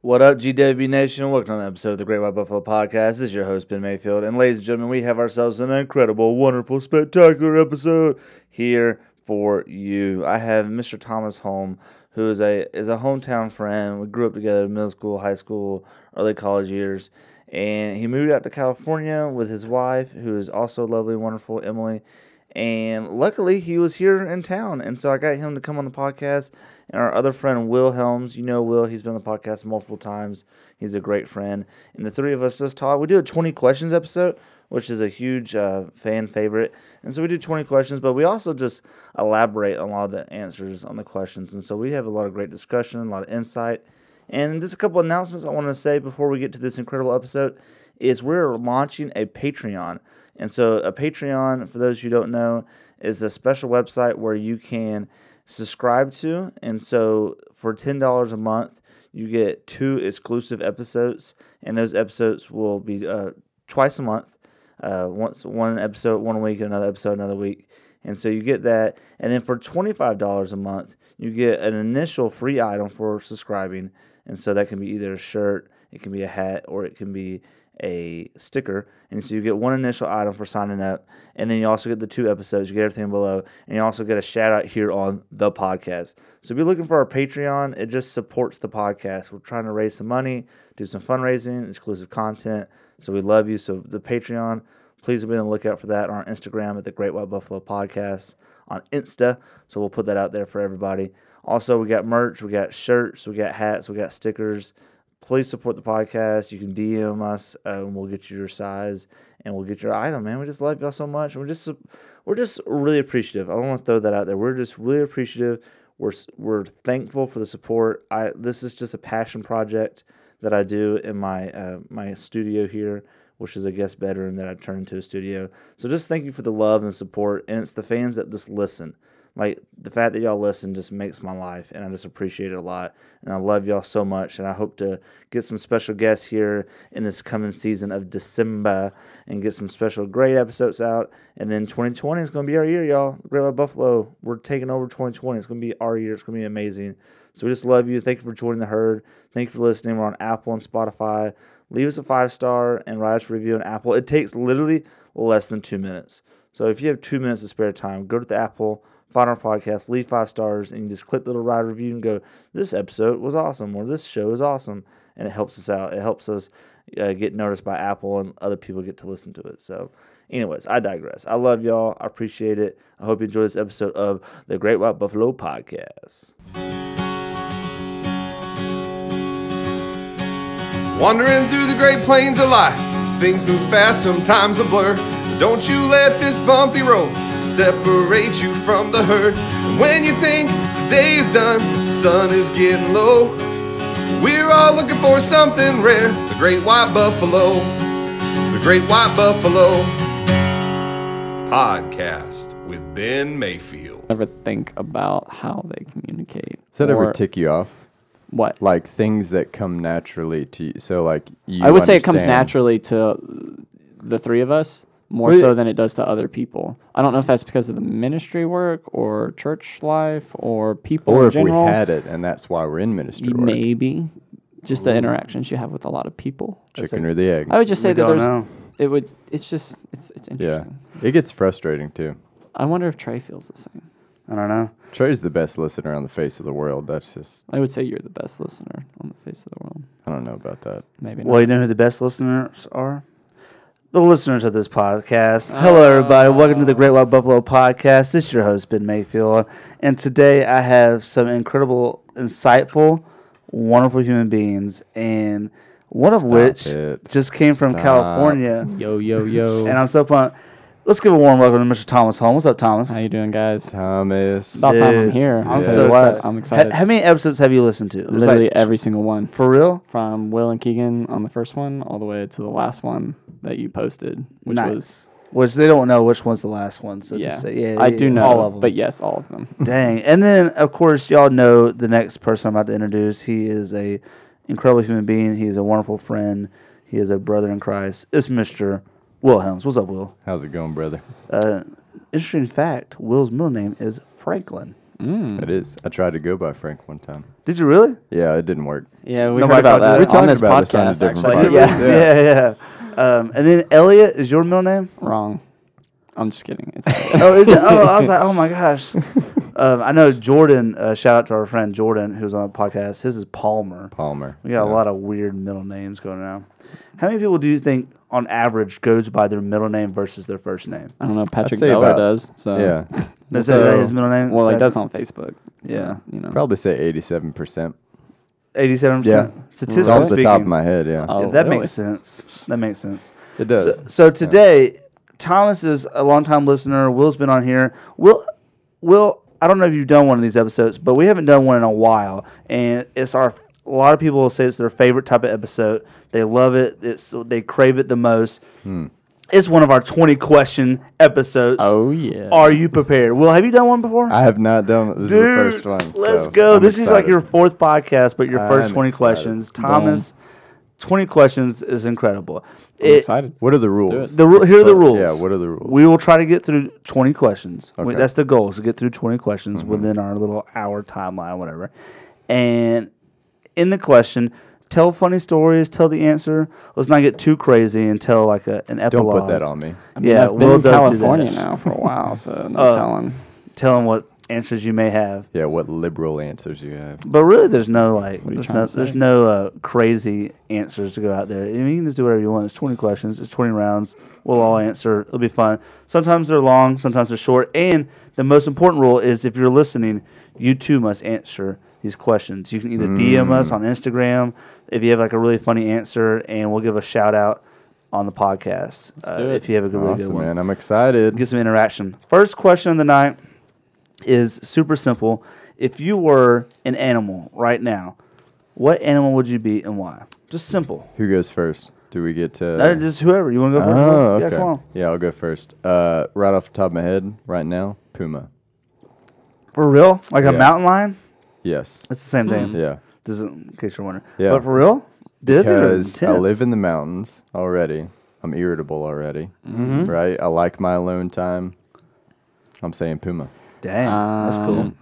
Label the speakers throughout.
Speaker 1: What up, GWB Nation? Welcome to another episode of the Great White Buffalo Podcast. This is your host, Ben Mayfield. And ladies and gentlemen, we have ourselves an incredible, wonderful, spectacular episode here for you. I have Mr. Thomas Holm, who is a is a hometown friend. We grew up together in middle school, high school, early college years. And he moved out to California with his wife, who is also lovely, wonderful, Emily. And luckily, he was here in town. And so I got him to come on the podcast. And our other friend, Will Helms, you know Will, he's been on the podcast multiple times. He's a great friend. And the three of us just talked. We do a 20 questions episode, which is a huge uh, fan favorite. And so we do 20 questions, but we also just elaborate on a lot of the answers on the questions. And so we have a lot of great discussion, a lot of insight. And just a couple announcements I want to say before we get to this incredible episode is we're launching a Patreon. And so a Patreon, for those who don't know, is a special website where you can subscribe to. And so for $10 a month, you get two exclusive episodes, and those episodes will be uh, twice a month. Uh, once one episode one week, another episode another week, and so you get that. And then for twenty five dollars a month, you get an initial free item for subscribing, and so that can be either a shirt, it can be a hat, or it can be a sticker. And so you get one initial item for signing up, and then you also get the two episodes. You get everything below, and you also get a shout out here on the podcast. So be looking for our Patreon. It just supports the podcast. We're trying to raise some money, do some fundraising, exclusive content. So we love you. So the Patreon, please be on the lookout for that on our Instagram at the Great White Buffalo Podcast on Insta. So we'll put that out there for everybody. Also, we got merch, we got shirts, we got hats, we got stickers please support the podcast. You can DM us, uh, and we'll get you your size, and we'll get your item. Man, we just love y'all so much. We're just we're just really appreciative. I want to throw that out there. We're just really appreciative. We're we're thankful for the support. I this is just a passion project that I do in my uh, my studio here. Which is a guest bedroom that I turned into a studio. So just thank you for the love and support. And it's the fans that just listen like the fact that y'all listen just makes my life and i just appreciate it a lot and i love y'all so much and i hope to get some special guests here in this coming season of december and get some special great episodes out and then 2020 is going to be our year y'all great White buffalo we're taking over 2020 it's going to be our year it's going to be amazing so we just love you thank you for joining the herd thank you for listening we're on apple and spotify leave us a five star and write us a review on apple it takes literally less than two minutes so if you have two minutes of spare time go to the apple find our podcast, leave five stars, and you just click the little ride review and go, this episode was awesome, or this show is awesome. And it helps us out. It helps us uh, get noticed by Apple and other people get to listen to it. So, anyways, I digress. I love y'all. I appreciate it. I hope you enjoy this episode of the Great White Buffalo Podcast.
Speaker 2: Wandering through the great plains of life, things move fast, sometimes a blur. But don't you let this bumpy road separate you from the herd. And when you think the day is done, the sun is getting low. We're all looking for something rare the great white buffalo. The great white buffalo podcast with Ben Mayfield.
Speaker 3: Never think about how they communicate.
Speaker 4: Does that
Speaker 3: or
Speaker 4: ever tick you off?
Speaker 3: What?
Speaker 4: Like things that come naturally to you. So like you
Speaker 3: I would say it comes
Speaker 4: understand-
Speaker 3: naturally to the three of us more
Speaker 4: Well,
Speaker 3: so
Speaker 4: yeah.
Speaker 3: than it does to other people. I don't know if that's because of the ministry work or church life or people
Speaker 4: Or
Speaker 3: in
Speaker 4: if
Speaker 3: general.
Speaker 4: we had it and that's why we're in ministry work.
Speaker 3: maybe just the interactions you have with a lot of people.
Speaker 4: Chicken or the egg.
Speaker 3: I would just say
Speaker 5: We
Speaker 3: that
Speaker 5: don't
Speaker 3: there's
Speaker 5: know.
Speaker 3: it would it's just it's it's
Speaker 4: yeah.
Speaker 3: interesting.
Speaker 4: It gets frustrating too.
Speaker 3: I wonder if Trey feels the same.
Speaker 5: I don't know.
Speaker 4: Trey's the best listener on the face of the world. That's just
Speaker 3: I would say you're the best listener on the face of the world.
Speaker 4: I don't know about that.
Speaker 3: Maybe
Speaker 5: Well,
Speaker 3: not.
Speaker 5: you know who the best listeners are? The listeners of this podcast. Hello,
Speaker 4: Oh.
Speaker 5: everybody. Welcome to the Great White Buffalo Podcast. This is your host, Ben Mayfield. And today I have some incredible, insightful, wonderful human beings. And one of
Speaker 4: Stop
Speaker 5: which
Speaker 4: it.
Speaker 5: just came from
Speaker 4: Stop.
Speaker 5: California.
Speaker 3: Yo yo yo.
Speaker 5: And I'm so pumped. Let's give a warm welcome to Mr. Thomas Holmes. What's up, Thomas?
Speaker 3: How you doing guys?
Speaker 4: Thomas.
Speaker 3: About time I'm
Speaker 5: Dude,
Speaker 3: here.
Speaker 5: I'm
Speaker 4: Yeah.
Speaker 5: so
Speaker 3: excited.
Speaker 5: glad.
Speaker 3: I'm excited.
Speaker 5: How, how many episodes have you listened to? It was
Speaker 3: Literally
Speaker 5: like-
Speaker 3: every single one.
Speaker 5: For real?
Speaker 3: From Will and Keegan on the first one all the way to the last one that you posted, which
Speaker 5: nice.
Speaker 3: was
Speaker 5: Which they don't know which one's the last one, so
Speaker 3: yeah.
Speaker 5: just say yeah.
Speaker 3: I
Speaker 5: yeah,
Speaker 3: do
Speaker 5: yeah,
Speaker 3: know
Speaker 5: all of them.
Speaker 3: But yes, all of them.
Speaker 5: Dang. And then, of course, y'all know the next person I'm about to introduce. He is a incredible human being. He is a wonderful friend. He is a brother in Christ. It's Mr. Will Helms. What's up, Will?
Speaker 4: How's it going, brother?
Speaker 5: Uh, interesting fact Will's middle name is Franklin.
Speaker 3: Hmm.
Speaker 4: It is. I tried to go by Frank one time.
Speaker 1: Did you really?
Speaker 4: Yeah, it didn't work.
Speaker 3: Yeah, we
Speaker 1: No,
Speaker 3: heard
Speaker 1: my
Speaker 3: about
Speaker 1: bad.
Speaker 3: that
Speaker 1: We
Speaker 4: talked
Speaker 3: on this
Speaker 4: about this on a
Speaker 3: podcast.
Speaker 4: different
Speaker 3: actually,
Speaker 4: podcast.
Speaker 1: yeah, yeah, yeah. Um, and then Elliot is your middle name?
Speaker 3: wrong. I'm just kidding. It's
Speaker 1: Oh, is it? Oh, I was like, oh my gosh. Um, I know Jordan. Uh, shout out to our friend Jordan, who's on the podcast. His is Palmer.
Speaker 4: Palmer.
Speaker 1: We got a lot of weird middle names going around. How many people do you think, on average, goes by their middle name versus their first name?
Speaker 3: I don't know. Patrick
Speaker 4: say
Speaker 3: Zeller
Speaker 4: about-
Speaker 3: does. So
Speaker 1: uh,
Speaker 4: Yeah,
Speaker 1: Is that- that his middle name?
Speaker 3: Well, he does on Facebook.
Speaker 1: Yeah.
Speaker 3: so, you know.
Speaker 4: probably say eighty-seven percent.
Speaker 1: eighty-seven percent.
Speaker 4: Yeah.
Speaker 1: Statistically
Speaker 4: off the
Speaker 1: speaking,
Speaker 4: top of my head, yeah,
Speaker 3: Oh,
Speaker 1: yeah, that
Speaker 3: really?
Speaker 1: makes sense. That makes sense.
Speaker 4: it does.
Speaker 1: So, so today, Thomas is a longtime listener. Will's been on here. Will, Will, I don't know if you've done one of these episodes, but we haven't done one in a while, and it's our. A lot of people say it's their favorite type of episode. They love it. It's they crave it the most.
Speaker 4: Hmm.
Speaker 1: It's one of our twenty question episodes.
Speaker 3: Oh yeah.
Speaker 1: Are you prepared? Will, have you done one before?
Speaker 4: I have not done. This
Speaker 1: Dude,
Speaker 4: is the first one.
Speaker 1: Let's
Speaker 4: so
Speaker 1: go.
Speaker 4: I'm
Speaker 1: this is like
Speaker 4: excited.
Speaker 1: your fourth podcast, but your first
Speaker 4: I'm
Speaker 1: 20
Speaker 4: excited.
Speaker 1: questions. Thomas, 20 questions is incredible.
Speaker 3: I'm
Speaker 1: It-
Speaker 3: excited.
Speaker 4: What are the
Speaker 3: do
Speaker 4: rules?
Speaker 3: it.
Speaker 1: the ru- here are the rules.
Speaker 4: Yeah, what are the rules?
Speaker 1: We will try to get through 20 questions. We-
Speaker 4: Okay. Mm-hmm.
Speaker 1: that's the goal, is to get through 20 questions within our little hour timeline, whatever. And in the question, tell funny stories, tell the answer. Let's not get too crazy and tell like a, an
Speaker 4: Don't
Speaker 1: epilogue.
Speaker 4: put that on me.
Speaker 3: I mean,
Speaker 1: yeah,
Speaker 3: I've been
Speaker 1: Will
Speaker 3: in
Speaker 1: does do
Speaker 3: California
Speaker 1: that.
Speaker 3: now for a while, so no
Speaker 1: Uh,
Speaker 3: telling.
Speaker 1: Tell them what answers you may have.
Speaker 4: Yeah, what liberal answers you have?
Speaker 1: But really, there's no like,
Speaker 3: are you
Speaker 1: there's
Speaker 3: trying
Speaker 1: no,
Speaker 3: to
Speaker 1: there's
Speaker 3: say?
Speaker 1: no uh, crazy answers to go out there. I mean, you can just do whatever you want. It's 20 questions, it's 20 rounds. We'll all answer. It'll be fun. Sometimes they're long, sometimes they're short. And the most important rule is if you're listening, you too must answer these questions. You can either DM us
Speaker 4: Mm.
Speaker 1: on Instagram if you have like a really funny answer, and we'll give a shout out on the podcast uh,
Speaker 3: do it.
Speaker 1: if you have a good, really good
Speaker 4: awesome,
Speaker 1: one
Speaker 4: man. I'm excited.
Speaker 1: get some interaction. First question of the night is super simple. If you were an animal right now, what animal would you be and why? Just simple.
Speaker 4: Who goes first? Do we get to?
Speaker 1: Uh, just whoever you want to go first.
Speaker 4: oh, okay.
Speaker 1: Yeah, come on.
Speaker 4: Yeah, I'll go first. Uh, right off the top of my head, right now, Puma.
Speaker 1: For real, like a
Speaker 4: Yeah.
Speaker 1: mountain lion.
Speaker 4: Yes.
Speaker 1: It's the same thing.
Speaker 4: Yeah.
Speaker 1: Just in case you're wondering.
Speaker 4: Yeah.
Speaker 1: But for real, this is
Speaker 4: Because I live
Speaker 1: intense.
Speaker 4: in the mountains already. I'm irritable already.
Speaker 1: Mm-hmm.
Speaker 4: Right? I like my alone time. I'm saying Puma.
Speaker 1: Dang, that's cool.
Speaker 3: Um,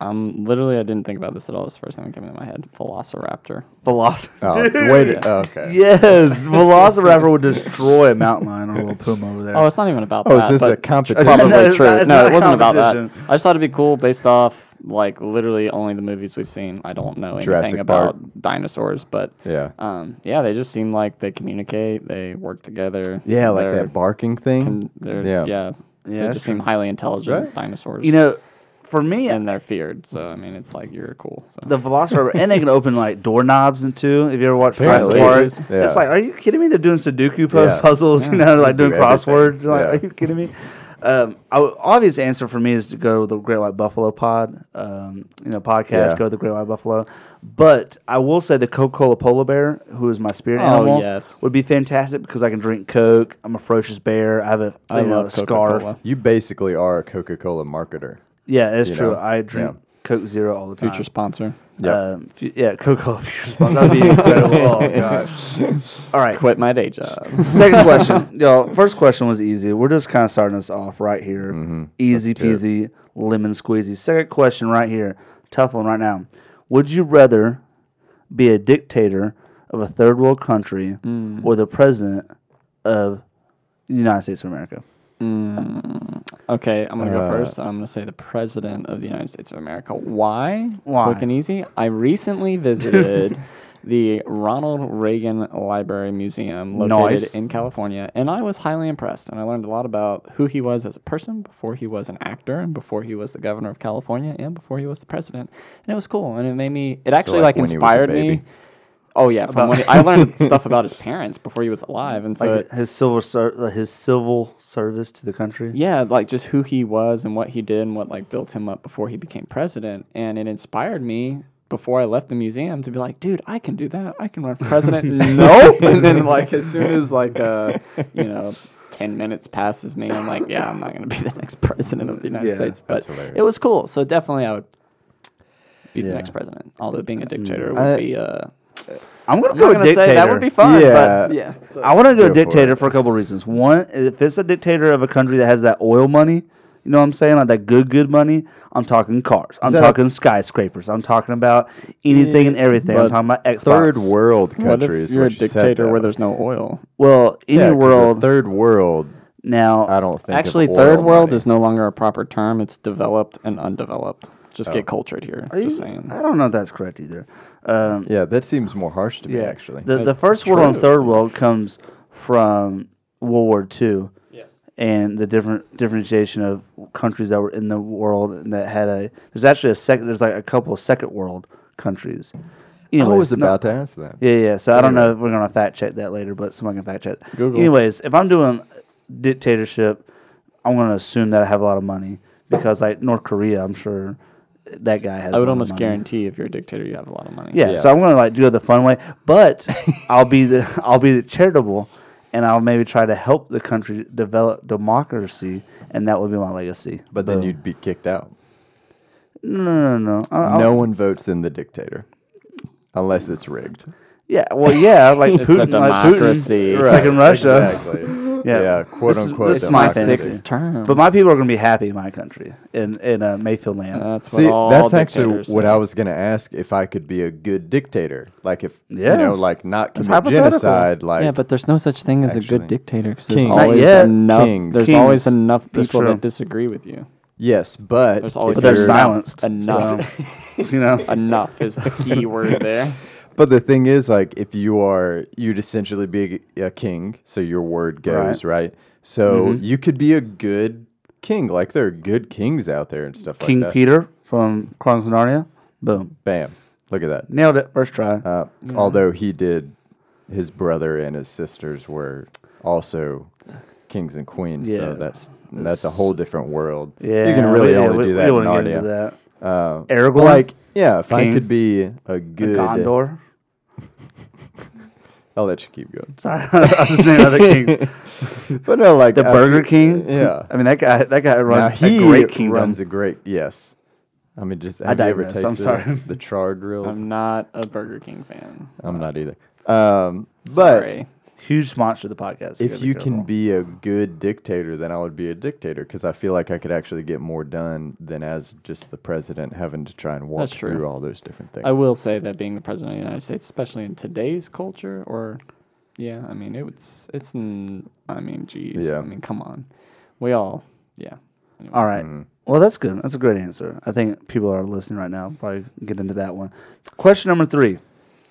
Speaker 3: Um, literally, I didn't think about this at all. It's the first thing that came into my head. Velociraptor.
Speaker 1: Velociraptor.
Speaker 4: Oh, wait. oh, okay.
Speaker 1: Yes, Velociraptor would destroy a mountain lion or a little puma over there.
Speaker 3: Oh, it's not even about
Speaker 4: Oh,
Speaker 3: that.
Speaker 4: is this a
Speaker 3: but
Speaker 4: competition?
Speaker 1: probably No, it's
Speaker 3: true.
Speaker 1: not- it's
Speaker 3: no,
Speaker 1: not
Speaker 3: it
Speaker 1: a
Speaker 3: wasn't about that.
Speaker 1: competition.
Speaker 3: I just thought it'd be cool based off like literally only the movies we've seen. I don't know anything
Speaker 4: Jurassic
Speaker 3: about
Speaker 4: Park.
Speaker 3: dinosaurs, but
Speaker 4: Yeah.
Speaker 3: um, yeah, they just seem like they communicate. They work together.
Speaker 4: Yeah, like
Speaker 3: they're-
Speaker 4: that barking thing.
Speaker 3: can- they're, yeah.
Speaker 4: Yeah.
Speaker 3: they
Speaker 1: that's
Speaker 3: just seem highly intelligent dinosaurs.
Speaker 1: you know, for me,
Speaker 3: and they're feared. So I mean, it's like you're cool. So
Speaker 1: the Velociraptor, and they can open like doorknobs in two. If you ever watch Jurassic
Speaker 4: Apparently.
Speaker 1: Park,
Speaker 3: Cages.
Speaker 4: Yeah.
Speaker 1: it's like, are you kidding me? They're doing Sudoku pu-
Speaker 4: Yeah.
Speaker 1: puzzles, you know, like
Speaker 4: They
Speaker 1: doing
Speaker 4: do
Speaker 1: crosswords.
Speaker 4: everything.
Speaker 1: Like,
Speaker 4: Yeah.
Speaker 1: are you kidding me? Um, I w- obvious answer for me is to go with the Great White Buffalo pod, um, you know, podcast.
Speaker 4: Yeah.
Speaker 1: Go with the Great White Buffalo, but I will say the Coca Cola polar bear, who is my spirit
Speaker 3: Oh,
Speaker 1: animal,
Speaker 3: yes.
Speaker 1: would be fantastic because I can drink Coke. I'm a ferocious bear. I have a,
Speaker 3: I
Speaker 1: you know,
Speaker 3: love
Speaker 1: a scarf.
Speaker 3: Coca-Cola.
Speaker 4: you basically are a Coca Cola marketer.
Speaker 1: Yeah, it's
Speaker 4: You
Speaker 1: true.
Speaker 4: know,
Speaker 1: I drink Coke Zero all the time.
Speaker 3: Future sponsor.
Speaker 4: Yeah.
Speaker 1: Um, fu- yeah, Coca-Cola Future Sponsor. That'd be incredible. Oh, gosh. All right.
Speaker 3: Quit my day job.
Speaker 1: Second question. Y'all, first question was easy. We're just kind of starting us off right here.
Speaker 3: Mm-hmm.
Speaker 1: Easy peasy, lemon squeezy. Second question right here. Tough one right now. Would you rather be a dictator of a third world country
Speaker 3: Mm.
Speaker 1: or the president of the United States of America?
Speaker 3: Okay, I'm gonna
Speaker 4: Uh,
Speaker 3: go first. I'm gonna say the president of the United States of America. Why?
Speaker 1: Why?
Speaker 3: Quick and easy. I recently visited the Ronald Reagan Library Museum located
Speaker 1: Nice.
Speaker 3: in California, and I was highly impressed. And I learned a lot about who he was as a person before he was an actor, and before he was the governor of California, and before he was the president. And it was cool, and it made me. It actually like,
Speaker 4: like, when he was a
Speaker 3: inspired me.
Speaker 4: baby?
Speaker 3: Oh yeah, from when he, I learned stuff about his parents before he was alive, and so it,
Speaker 1: Like his civil ser- his civil service to the country.
Speaker 3: yeah, like just who he was and what he did and what like built him up before he became president. And it inspired me before I left the museum to be like, dude, I can do that. I can run for president. nope. And then like as soon as like uh you know ten minutes passes me, I'm like, yeah, I'm not gonna be the next president of the United
Speaker 1: Yeah,
Speaker 3: States. But
Speaker 4: that's hilarious.
Speaker 3: it was cool. So definitely I would be
Speaker 1: Yeah.
Speaker 3: the next president. Although being a dictator would
Speaker 4: Mm. I-
Speaker 3: be uh
Speaker 1: I'm gonna
Speaker 3: I'm
Speaker 1: go
Speaker 3: not gonna
Speaker 1: dictator.
Speaker 3: say that would be fun,
Speaker 4: Yeah.
Speaker 3: but yeah.
Speaker 1: I want to go
Speaker 4: Go for
Speaker 1: dictator
Speaker 4: it.
Speaker 1: for, a couple reasons. One, if it's a dictator of a country that has that oil money, You know what I'm saying? Like that good, good money. I'm talking cars. I'm
Speaker 4: that a-
Speaker 1: talking skyscrapers. I'm talking about anything and everything. I'm
Speaker 4: but
Speaker 1: talking about Xbox.
Speaker 4: Third world
Speaker 3: What
Speaker 4: countries.
Speaker 3: if you're a
Speaker 4: what you said,
Speaker 3: dictator where
Speaker 4: though.
Speaker 3: there's no oil?
Speaker 1: Well, any
Speaker 4: Yeah, 'cause a
Speaker 1: world
Speaker 4: Third world.
Speaker 1: now.
Speaker 4: I don't think. of
Speaker 3: Actually,
Speaker 4: oil
Speaker 3: third world
Speaker 4: money.
Speaker 3: is no longer a proper term. It's developed and undeveloped. Just get cultured here. Just saying.
Speaker 1: I don't know if that's correct either. Um,
Speaker 4: Yeah, that seems more harsh to me. Actually,
Speaker 1: the the
Speaker 3: That's
Speaker 1: first world and
Speaker 3: true.
Speaker 1: third world comes from World War II.
Speaker 3: Yes.
Speaker 1: and the different differentiation of countries that were in the world and that had a there's actually a second there's like a couple of second world countries. Anyways,
Speaker 4: I was
Speaker 1: no-
Speaker 4: about to ask that.
Speaker 1: yeah, yeah. So I don't know if we're gonna fact check that later, but someone can fact check.
Speaker 3: Google.
Speaker 1: Anyways, if I'm doing dictatorship, I'm gonna assume that I have a lot of money because like North Korea, I'm sure that guy has.
Speaker 3: I
Speaker 1: a
Speaker 3: would
Speaker 1: lot of
Speaker 3: almost
Speaker 1: money.
Speaker 3: guarantee if you're a dictator, you have a lot of money.
Speaker 1: Yeah,
Speaker 4: Yeah.
Speaker 1: so I'm gonna like do it the fun way, but I'll be the I'll be the charitable, and I'll maybe try to help the country develop democracy, and that would be my legacy.
Speaker 4: But then
Speaker 1: Boom.
Speaker 4: you'd be kicked out.
Speaker 1: no no no no I- I-
Speaker 4: no one votes in the dictator unless it's rigged.
Speaker 1: yeah well yeah like
Speaker 3: It's
Speaker 1: Putin
Speaker 3: a
Speaker 1: like Putin,
Speaker 3: democracy.
Speaker 1: like in Russia
Speaker 4: Exactly.
Speaker 1: yeah.
Speaker 4: yeah. quote
Speaker 1: This is-
Speaker 4: unquote.
Speaker 1: this is my
Speaker 4: democracy.
Speaker 1: fantasy.
Speaker 3: Sixth term.
Speaker 1: But my people are gonna be happy in my country in in uh, Mayfield land.
Speaker 3: that's what
Speaker 4: See,
Speaker 3: all
Speaker 4: that's actually
Speaker 3: dictators
Speaker 4: what
Speaker 3: say.
Speaker 4: I was gonna ask if I could be a good dictator, like if
Speaker 1: Yeah.
Speaker 4: you know, like not commit
Speaker 1: hypothetical.
Speaker 4: genocide, like
Speaker 3: yeah, but there's no such thing as a
Speaker 4: Actually.
Speaker 3: good dictator because there's
Speaker 4: Kings.
Speaker 1: Not
Speaker 3: always
Speaker 1: yet.
Speaker 3: enough.
Speaker 4: Kings.
Speaker 3: There's always
Speaker 1: Kings.
Speaker 3: enough
Speaker 1: That's
Speaker 3: people
Speaker 1: true.
Speaker 3: that disagree with you.
Speaker 4: yes, but
Speaker 3: There's
Speaker 4: if
Speaker 3: always
Speaker 1: but they're
Speaker 4: you're-
Speaker 3: enough.
Speaker 1: silenced.
Speaker 3: Enough.
Speaker 1: so, you know.
Speaker 3: Enough is the key word there.
Speaker 4: But the thing is, like, if you are, you'd essentially be a, a king, so your word goes, right? So you could be a good king. Like, there are good kings out there and stuff
Speaker 1: King
Speaker 4: like that.
Speaker 1: Peter from Chronicles of Narnia. Boom.
Speaker 4: Bam. Look at that.
Speaker 1: Nailed it. First try.
Speaker 4: Uh, Although he did, his brother and his sisters were also kings and queens.
Speaker 1: Yeah.
Speaker 4: So that's that's a whole different world.
Speaker 1: yeah.
Speaker 4: You can really
Speaker 1: we- yeah,
Speaker 4: only
Speaker 1: we-
Speaker 4: do that
Speaker 1: We
Speaker 4: in
Speaker 1: wouldn't get into
Speaker 4: Narnia.
Speaker 1: that.
Speaker 4: Uh,
Speaker 1: Aragorn.
Speaker 4: like, yeah, if
Speaker 1: King.
Speaker 4: I could be a good.
Speaker 1: Gondor.
Speaker 4: I'll let you keep going.
Speaker 1: Sorry, that's his name. Other king,
Speaker 4: But no, like
Speaker 1: the
Speaker 4: I
Speaker 1: Burger
Speaker 4: feel-
Speaker 1: King.
Speaker 4: Yeah.
Speaker 1: I mean that guy. That guy
Speaker 4: Now,
Speaker 1: runs
Speaker 4: he
Speaker 1: a great kingdom.
Speaker 4: runs a great yes. I mean, just have you ever
Speaker 1: digress,
Speaker 4: tasted
Speaker 1: I'm sorry.
Speaker 4: the char grill? I'm,
Speaker 3: I'm not a Burger King fan.
Speaker 4: not either. Um, but
Speaker 3: Sorry.
Speaker 1: Huge sponsor of the podcast.
Speaker 4: if
Speaker 1: gotta
Speaker 4: you
Speaker 1: careful.
Speaker 4: can be a good dictator, then I would be a dictator because I feel like I could actually get more done than as just the president having to try and walk
Speaker 3: That's true.
Speaker 4: through all those different things.
Speaker 3: I will say that being the president of the United States, especially in today's culture, or yeah, I mean it's it's n- I mean geez,
Speaker 4: Yeah.
Speaker 3: I mean come on, we all yeah. Anyway.
Speaker 1: All right.
Speaker 4: Mm-hmm.
Speaker 1: Well, that's good. That's a great answer. I think people are listening right now. Probably get into that one. Question number three,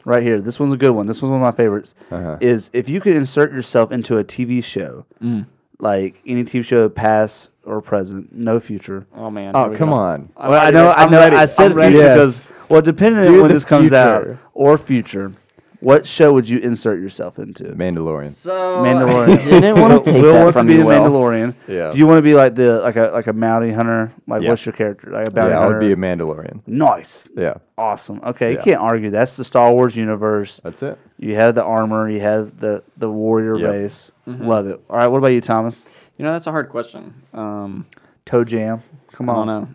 Speaker 1: right here. This one's a good one. This one's one of my favorites.
Speaker 4: Uh-huh.
Speaker 1: Is if you could insert yourself into a TV show,
Speaker 3: Mm.
Speaker 1: like any TV show, past or present, no future.
Speaker 3: Oh man. here
Speaker 4: Oh
Speaker 3: we
Speaker 4: come
Speaker 3: go.
Speaker 4: on!
Speaker 3: I'm
Speaker 1: well, I
Speaker 3: ready.
Speaker 1: know, I
Speaker 3: I'm
Speaker 1: know,
Speaker 3: ready.
Speaker 1: I said
Speaker 3: I'm ready.
Speaker 1: future
Speaker 4: Yes.
Speaker 1: because well, depending on
Speaker 4: Do
Speaker 1: when
Speaker 4: the
Speaker 1: this comes out
Speaker 4: future.
Speaker 1: or future, what show would you insert yourself into?
Speaker 4: Mandalorian.
Speaker 6: So
Speaker 1: Mandalorian.
Speaker 3: Didn't wanna
Speaker 1: So
Speaker 3: take
Speaker 1: Will
Speaker 3: that
Speaker 1: wants
Speaker 3: from
Speaker 1: to be
Speaker 3: you,
Speaker 1: the
Speaker 3: Will.
Speaker 1: Mandalorian.
Speaker 4: Yeah.
Speaker 1: Do you want to be like the like a like a bounty hunter? Like
Speaker 4: Yeah.
Speaker 1: what's your character? Like a bounty
Speaker 4: yeah, I
Speaker 1: hunter.
Speaker 4: would be a Mandalorian.
Speaker 1: nice.
Speaker 4: Yeah,
Speaker 1: Awesome. Okay, you
Speaker 4: Yeah.
Speaker 1: can't argue. That's the Star Wars universe.
Speaker 4: that's it.
Speaker 1: You have the armor. You have the the warrior
Speaker 4: Yep.
Speaker 1: race.
Speaker 3: Mm-hmm.
Speaker 1: Love it. All right. What about you, Thomas?
Speaker 3: You know that's a hard question. Um,
Speaker 1: Toe Jam. Come
Speaker 3: I don't
Speaker 1: on,
Speaker 3: know.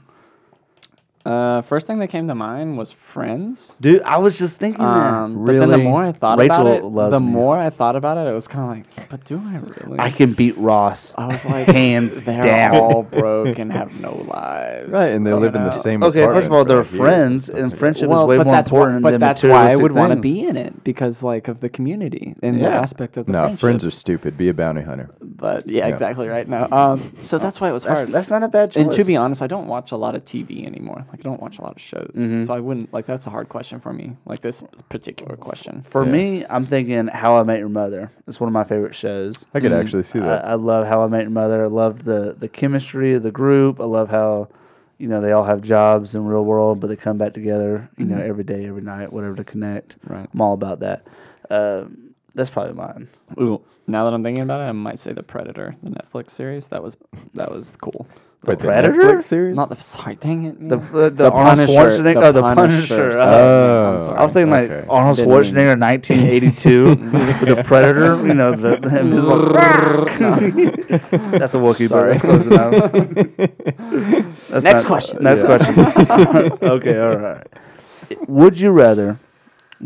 Speaker 3: Uh, first thing that came to mind was Friends.
Speaker 1: dude. I was just thinking
Speaker 3: Um,
Speaker 4: Really?
Speaker 3: But then the more I thought
Speaker 1: Rachel
Speaker 3: about it,
Speaker 1: loves
Speaker 3: the
Speaker 1: me.
Speaker 3: more I thought about it, it was kind of like, but do I really?
Speaker 1: that I can beat Ross.
Speaker 3: I was like,
Speaker 1: Hands
Speaker 3: they're
Speaker 1: down.
Speaker 3: all broke and have no lives.
Speaker 4: Right, and they
Speaker 3: You
Speaker 4: live in the
Speaker 3: know?
Speaker 4: same.
Speaker 1: Okay, first of
Speaker 4: apartment
Speaker 1: all,
Speaker 4: for,
Speaker 1: they're
Speaker 4: like, years and
Speaker 1: friends,
Speaker 4: stuff
Speaker 1: and
Speaker 4: like that.
Speaker 1: friendship is way more
Speaker 3: that's why-
Speaker 1: important
Speaker 3: but
Speaker 1: than
Speaker 3: that's why I
Speaker 1: materialistic
Speaker 3: would want
Speaker 1: things.
Speaker 3: to be in it because like of the community and the
Speaker 1: Yeah.
Speaker 3: aspect of the
Speaker 4: No, friends are
Speaker 3: friendships.
Speaker 4: stupid. Be a bounty hunter.
Speaker 3: But yeah, exactly right now. Um, so that's why it was
Speaker 1: That's,
Speaker 3: hard.
Speaker 1: that's not a bad choice.
Speaker 3: and to be honest, I don't watch a lot of TV anymore. Like I don't watch a lot of shows, so I wouldn't like. That's a hard question for me. Like this particular question.
Speaker 1: For me, I'm thinking How I Met Your Mother. It's one of my favorite shows.
Speaker 4: I could actually see
Speaker 1: I,
Speaker 4: that.
Speaker 1: I love How I Met Your Mother. I love the the chemistry of the group. I love how you know they all have jobs in real world, but they come back together. You know, every day, every night, whatever to connect.
Speaker 3: Right.
Speaker 1: I'm all about that. Um, that's probably mine.
Speaker 3: Ooh, now that I'm thinking about it, I might say the Predator, the Netflix series. That was that was cool.
Speaker 4: Wait, the
Speaker 1: Predator?
Speaker 4: Netflix series?
Speaker 3: Not the sorry, dang it.
Speaker 1: The
Speaker 3: man.
Speaker 1: the, the, Arnold Schwarzenegger. oh, the Punisher.
Speaker 3: Sorry,
Speaker 1: Uh,
Speaker 3: I'm
Speaker 4: Oh.
Speaker 3: sorry.
Speaker 1: I was thinking
Speaker 4: Okay.
Speaker 1: like Arnold
Speaker 3: Didn't
Speaker 1: Schwarzenegger, 1982, with the Predator. You know, the, the invisible. That's a Wookiee, but
Speaker 3: Sorry.
Speaker 1: that's close enough. That's
Speaker 3: Next question.
Speaker 1: Next
Speaker 4: Yeah.
Speaker 1: question. okay, all right. Would you rather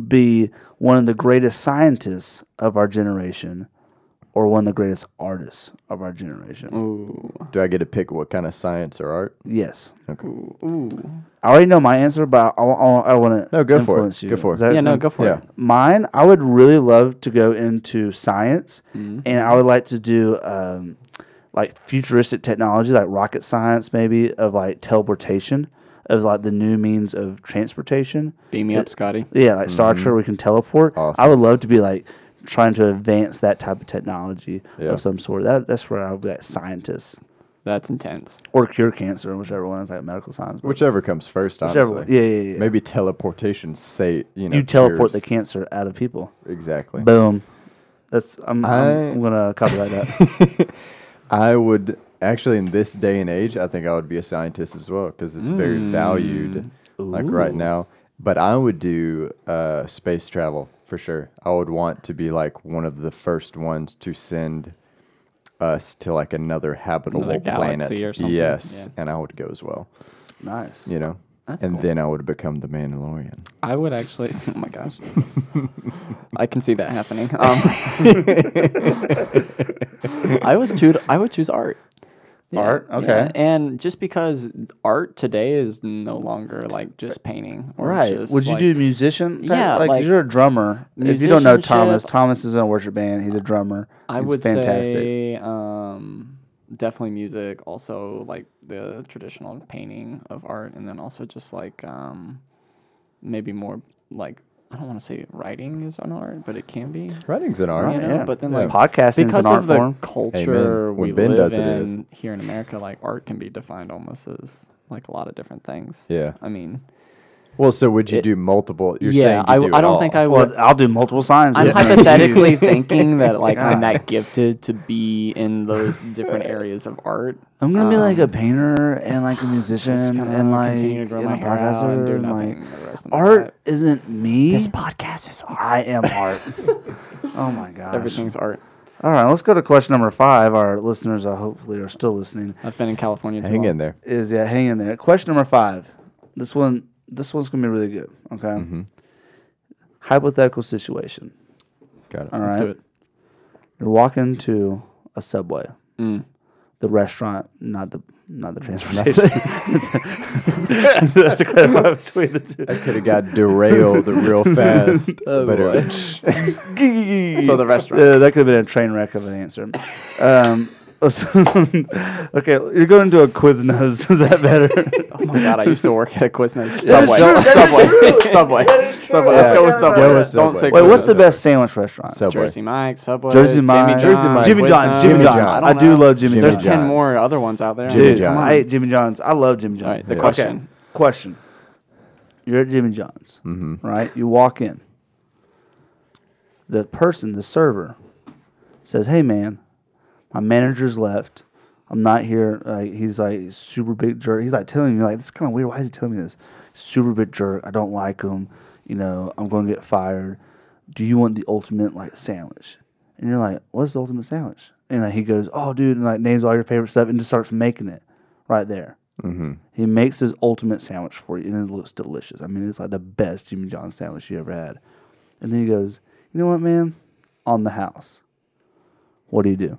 Speaker 1: be one of the greatest scientists of our generation or one of the greatest artists of our generation.
Speaker 4: Do I get to pick what kind of science or art?
Speaker 1: Yes.
Speaker 3: Ooh.
Speaker 1: I already know my answer, but I, I, I want to
Speaker 4: No, go for it.
Speaker 1: influence you.
Speaker 4: Go for it.
Speaker 1: Is that-
Speaker 3: Yeah, no, go for
Speaker 4: Yeah.
Speaker 3: it.
Speaker 1: Mine, I would really love to go into science,
Speaker 4: Mm-hmm.
Speaker 1: and I would like to do um, like futuristic technology, like rocket science, maybe of like teleportation, of like the new means of transportation.
Speaker 3: Beam me up, Scotty.
Speaker 1: Yeah, like Star Trek, we can teleport. I
Speaker 4: Mm-hmm. Awesome.
Speaker 1: would love to be like trying to advance that type of technology
Speaker 4: Yeah.
Speaker 1: of some sort. That that's where I would be like scientist
Speaker 3: That's intense.
Speaker 1: or cure cancer, whichever one is like medical science. but
Speaker 4: Whichever comes first, honestly.
Speaker 1: whichever, yeah, yeah, yeah.
Speaker 4: Maybe teleportation. Say you know.
Speaker 1: you teleport the
Speaker 4: cures-
Speaker 1: cancer out of people.
Speaker 4: Exactly.
Speaker 1: Boom. That's I'm,
Speaker 4: I-
Speaker 1: I'm gonna copyright that.
Speaker 4: I would actually, in this day and age, I think I would be a scientist as well because it's very
Speaker 3: Hmm.
Speaker 4: valued, like right now. But I would do uh, space travel for sure. I would want to be like one of the first ones to send us to like another habitable planet.
Speaker 3: galaxy or something,
Speaker 4: Yes,
Speaker 3: yeah.
Speaker 4: and I would go as well.
Speaker 1: nice.
Speaker 4: You know,
Speaker 3: That's
Speaker 4: and
Speaker 3: cool.
Speaker 4: then I would become the Mandalorian.
Speaker 3: I would actually. Oh my gosh. I can see that happening. Um, I was choose. I would choose art. Yeah,
Speaker 1: Art?
Speaker 3: yeah.
Speaker 1: Okay.
Speaker 3: And just because art today is no longer like just painting, or
Speaker 1: Right.
Speaker 3: just,
Speaker 1: Would you
Speaker 3: like-
Speaker 1: do musician? type-
Speaker 3: Yeah,
Speaker 1: Like, 'cause
Speaker 3: like
Speaker 1: you're a drummer. If you don't know
Speaker 3: musicianship-
Speaker 1: Thomas, Thomas is in a worship band. He's a drummer.
Speaker 3: I
Speaker 1: He's
Speaker 3: would
Speaker 1: fantastic.
Speaker 3: say um, definitely music. Also, like the traditional painting of art, and then also just like um, maybe more like I don't want to say writing is an art, but it can be.
Speaker 4: Writing's an art.
Speaker 3: you know,
Speaker 1: yeah.
Speaker 3: but then
Speaker 4: Yeah.
Speaker 3: like
Speaker 1: Podcasting is
Speaker 3: because
Speaker 1: an art
Speaker 3: of the
Speaker 1: form.
Speaker 3: culture
Speaker 4: Amen.
Speaker 3: we
Speaker 4: When Ben
Speaker 3: live
Speaker 4: does it, it
Speaker 3: in here in America, like art can be defined almost as like a lot of different things.
Speaker 4: Yeah.
Speaker 3: I mean,
Speaker 4: Well, so would you
Speaker 3: It-
Speaker 4: do multiple? You're saying
Speaker 3: yeah,
Speaker 4: you
Speaker 3: I,
Speaker 4: do
Speaker 3: I
Speaker 4: it
Speaker 3: don't
Speaker 4: all.
Speaker 3: think I would.
Speaker 1: Well, I'll do multiple signs.
Speaker 3: I'm
Speaker 1: Yeah.
Speaker 3: hypothetically thinking that like I'm that gifted to be in those different areas of art.
Speaker 1: I'm gonna be like a painter and like a musician
Speaker 3: Um, Just kinda
Speaker 1: and like
Speaker 3: continue to grow
Speaker 1: and a
Speaker 3: my hair out and do
Speaker 1: podcaster and like
Speaker 3: nothing the rest of my life.
Speaker 1: art isn't me.
Speaker 3: This podcast is art.
Speaker 1: I am art. oh my gosh.
Speaker 3: Everything's art.
Speaker 1: All right, let's go to question number five. Our listeners, I hopefully, are still listening.
Speaker 3: I've been in California too
Speaker 4: Hang
Speaker 3: long.
Speaker 4: in there.
Speaker 1: Is yeah, hang in there. Question number five. This one, this one's gonna be really good. Okay.
Speaker 3: Mm-hmm.
Speaker 1: Hypothetical situation.
Speaker 4: Got it.
Speaker 1: All
Speaker 3: Let's do
Speaker 1: right?
Speaker 3: it.
Speaker 1: You're walking to a subway.
Speaker 3: Mm.
Speaker 1: The restaurant, not the not the transportation. That's a clarify between the two.
Speaker 4: I could have got derailed real fast.
Speaker 3: Oh,
Speaker 4: but it,
Speaker 3: So the restaurant.
Speaker 1: Yeah, that could have been a train wreck of an answer. Um, listen- okay, you're going to a Quiznos. Is that better?
Speaker 3: Oh my god, I used to work at a Quiznos.
Speaker 1: That is
Speaker 3: Subway.
Speaker 1: true,
Speaker 3: Subway. Subway. Subway. Let's go with
Speaker 4: Yeah.
Speaker 3: Subway.
Speaker 4: Go with
Speaker 3: Don't
Speaker 4: Subway.
Speaker 3: say
Speaker 1: Wait, what's
Speaker 3: Quiznos.
Speaker 1: the best sandwich restaurant?
Speaker 4: Subway.
Speaker 3: Jersey Mike, Subway,
Speaker 1: Jersey Mike,
Speaker 3: Jimmy
Speaker 1: Jersey
Speaker 3: John's,
Speaker 1: Mike, Jimmy John's,
Speaker 3: Quiznos.
Speaker 1: Jimmy
Speaker 4: John's.
Speaker 3: don't
Speaker 1: I do
Speaker 3: know.
Speaker 1: love Jimmy
Speaker 3: There's
Speaker 1: John's.
Speaker 3: ten more other ones out there.
Speaker 4: Jimmy
Speaker 1: Dude,
Speaker 4: John's.
Speaker 1: I hate Jimmy John's. I love Jimmy John's.
Speaker 3: All right, the
Speaker 4: Yeah.
Speaker 3: question.
Speaker 1: Question. You're at Jimmy John's,
Speaker 3: Mm-hmm.
Speaker 1: right? You walk in. The person, the server, says, "Hey, man, my manager's left. I'm not here. Like, he's like super big jerk. He's like telling me like this is kind of weird. Why is he telling me this? Super big jerk. I don't like him. You know, I'm going to get fired. Do you want the ultimate like sandwich? And you're like, what's the ultimate sandwich? And like he goes, oh, dude, and like names all your favorite stuff and just starts making it right there.
Speaker 3: Mm-hmm.
Speaker 1: He makes his ultimate sandwich for you, and it looks delicious. I mean, it's like the best Jimmy John sandwich you ever had. And then he goes, you know what, man? On the house. What do you do?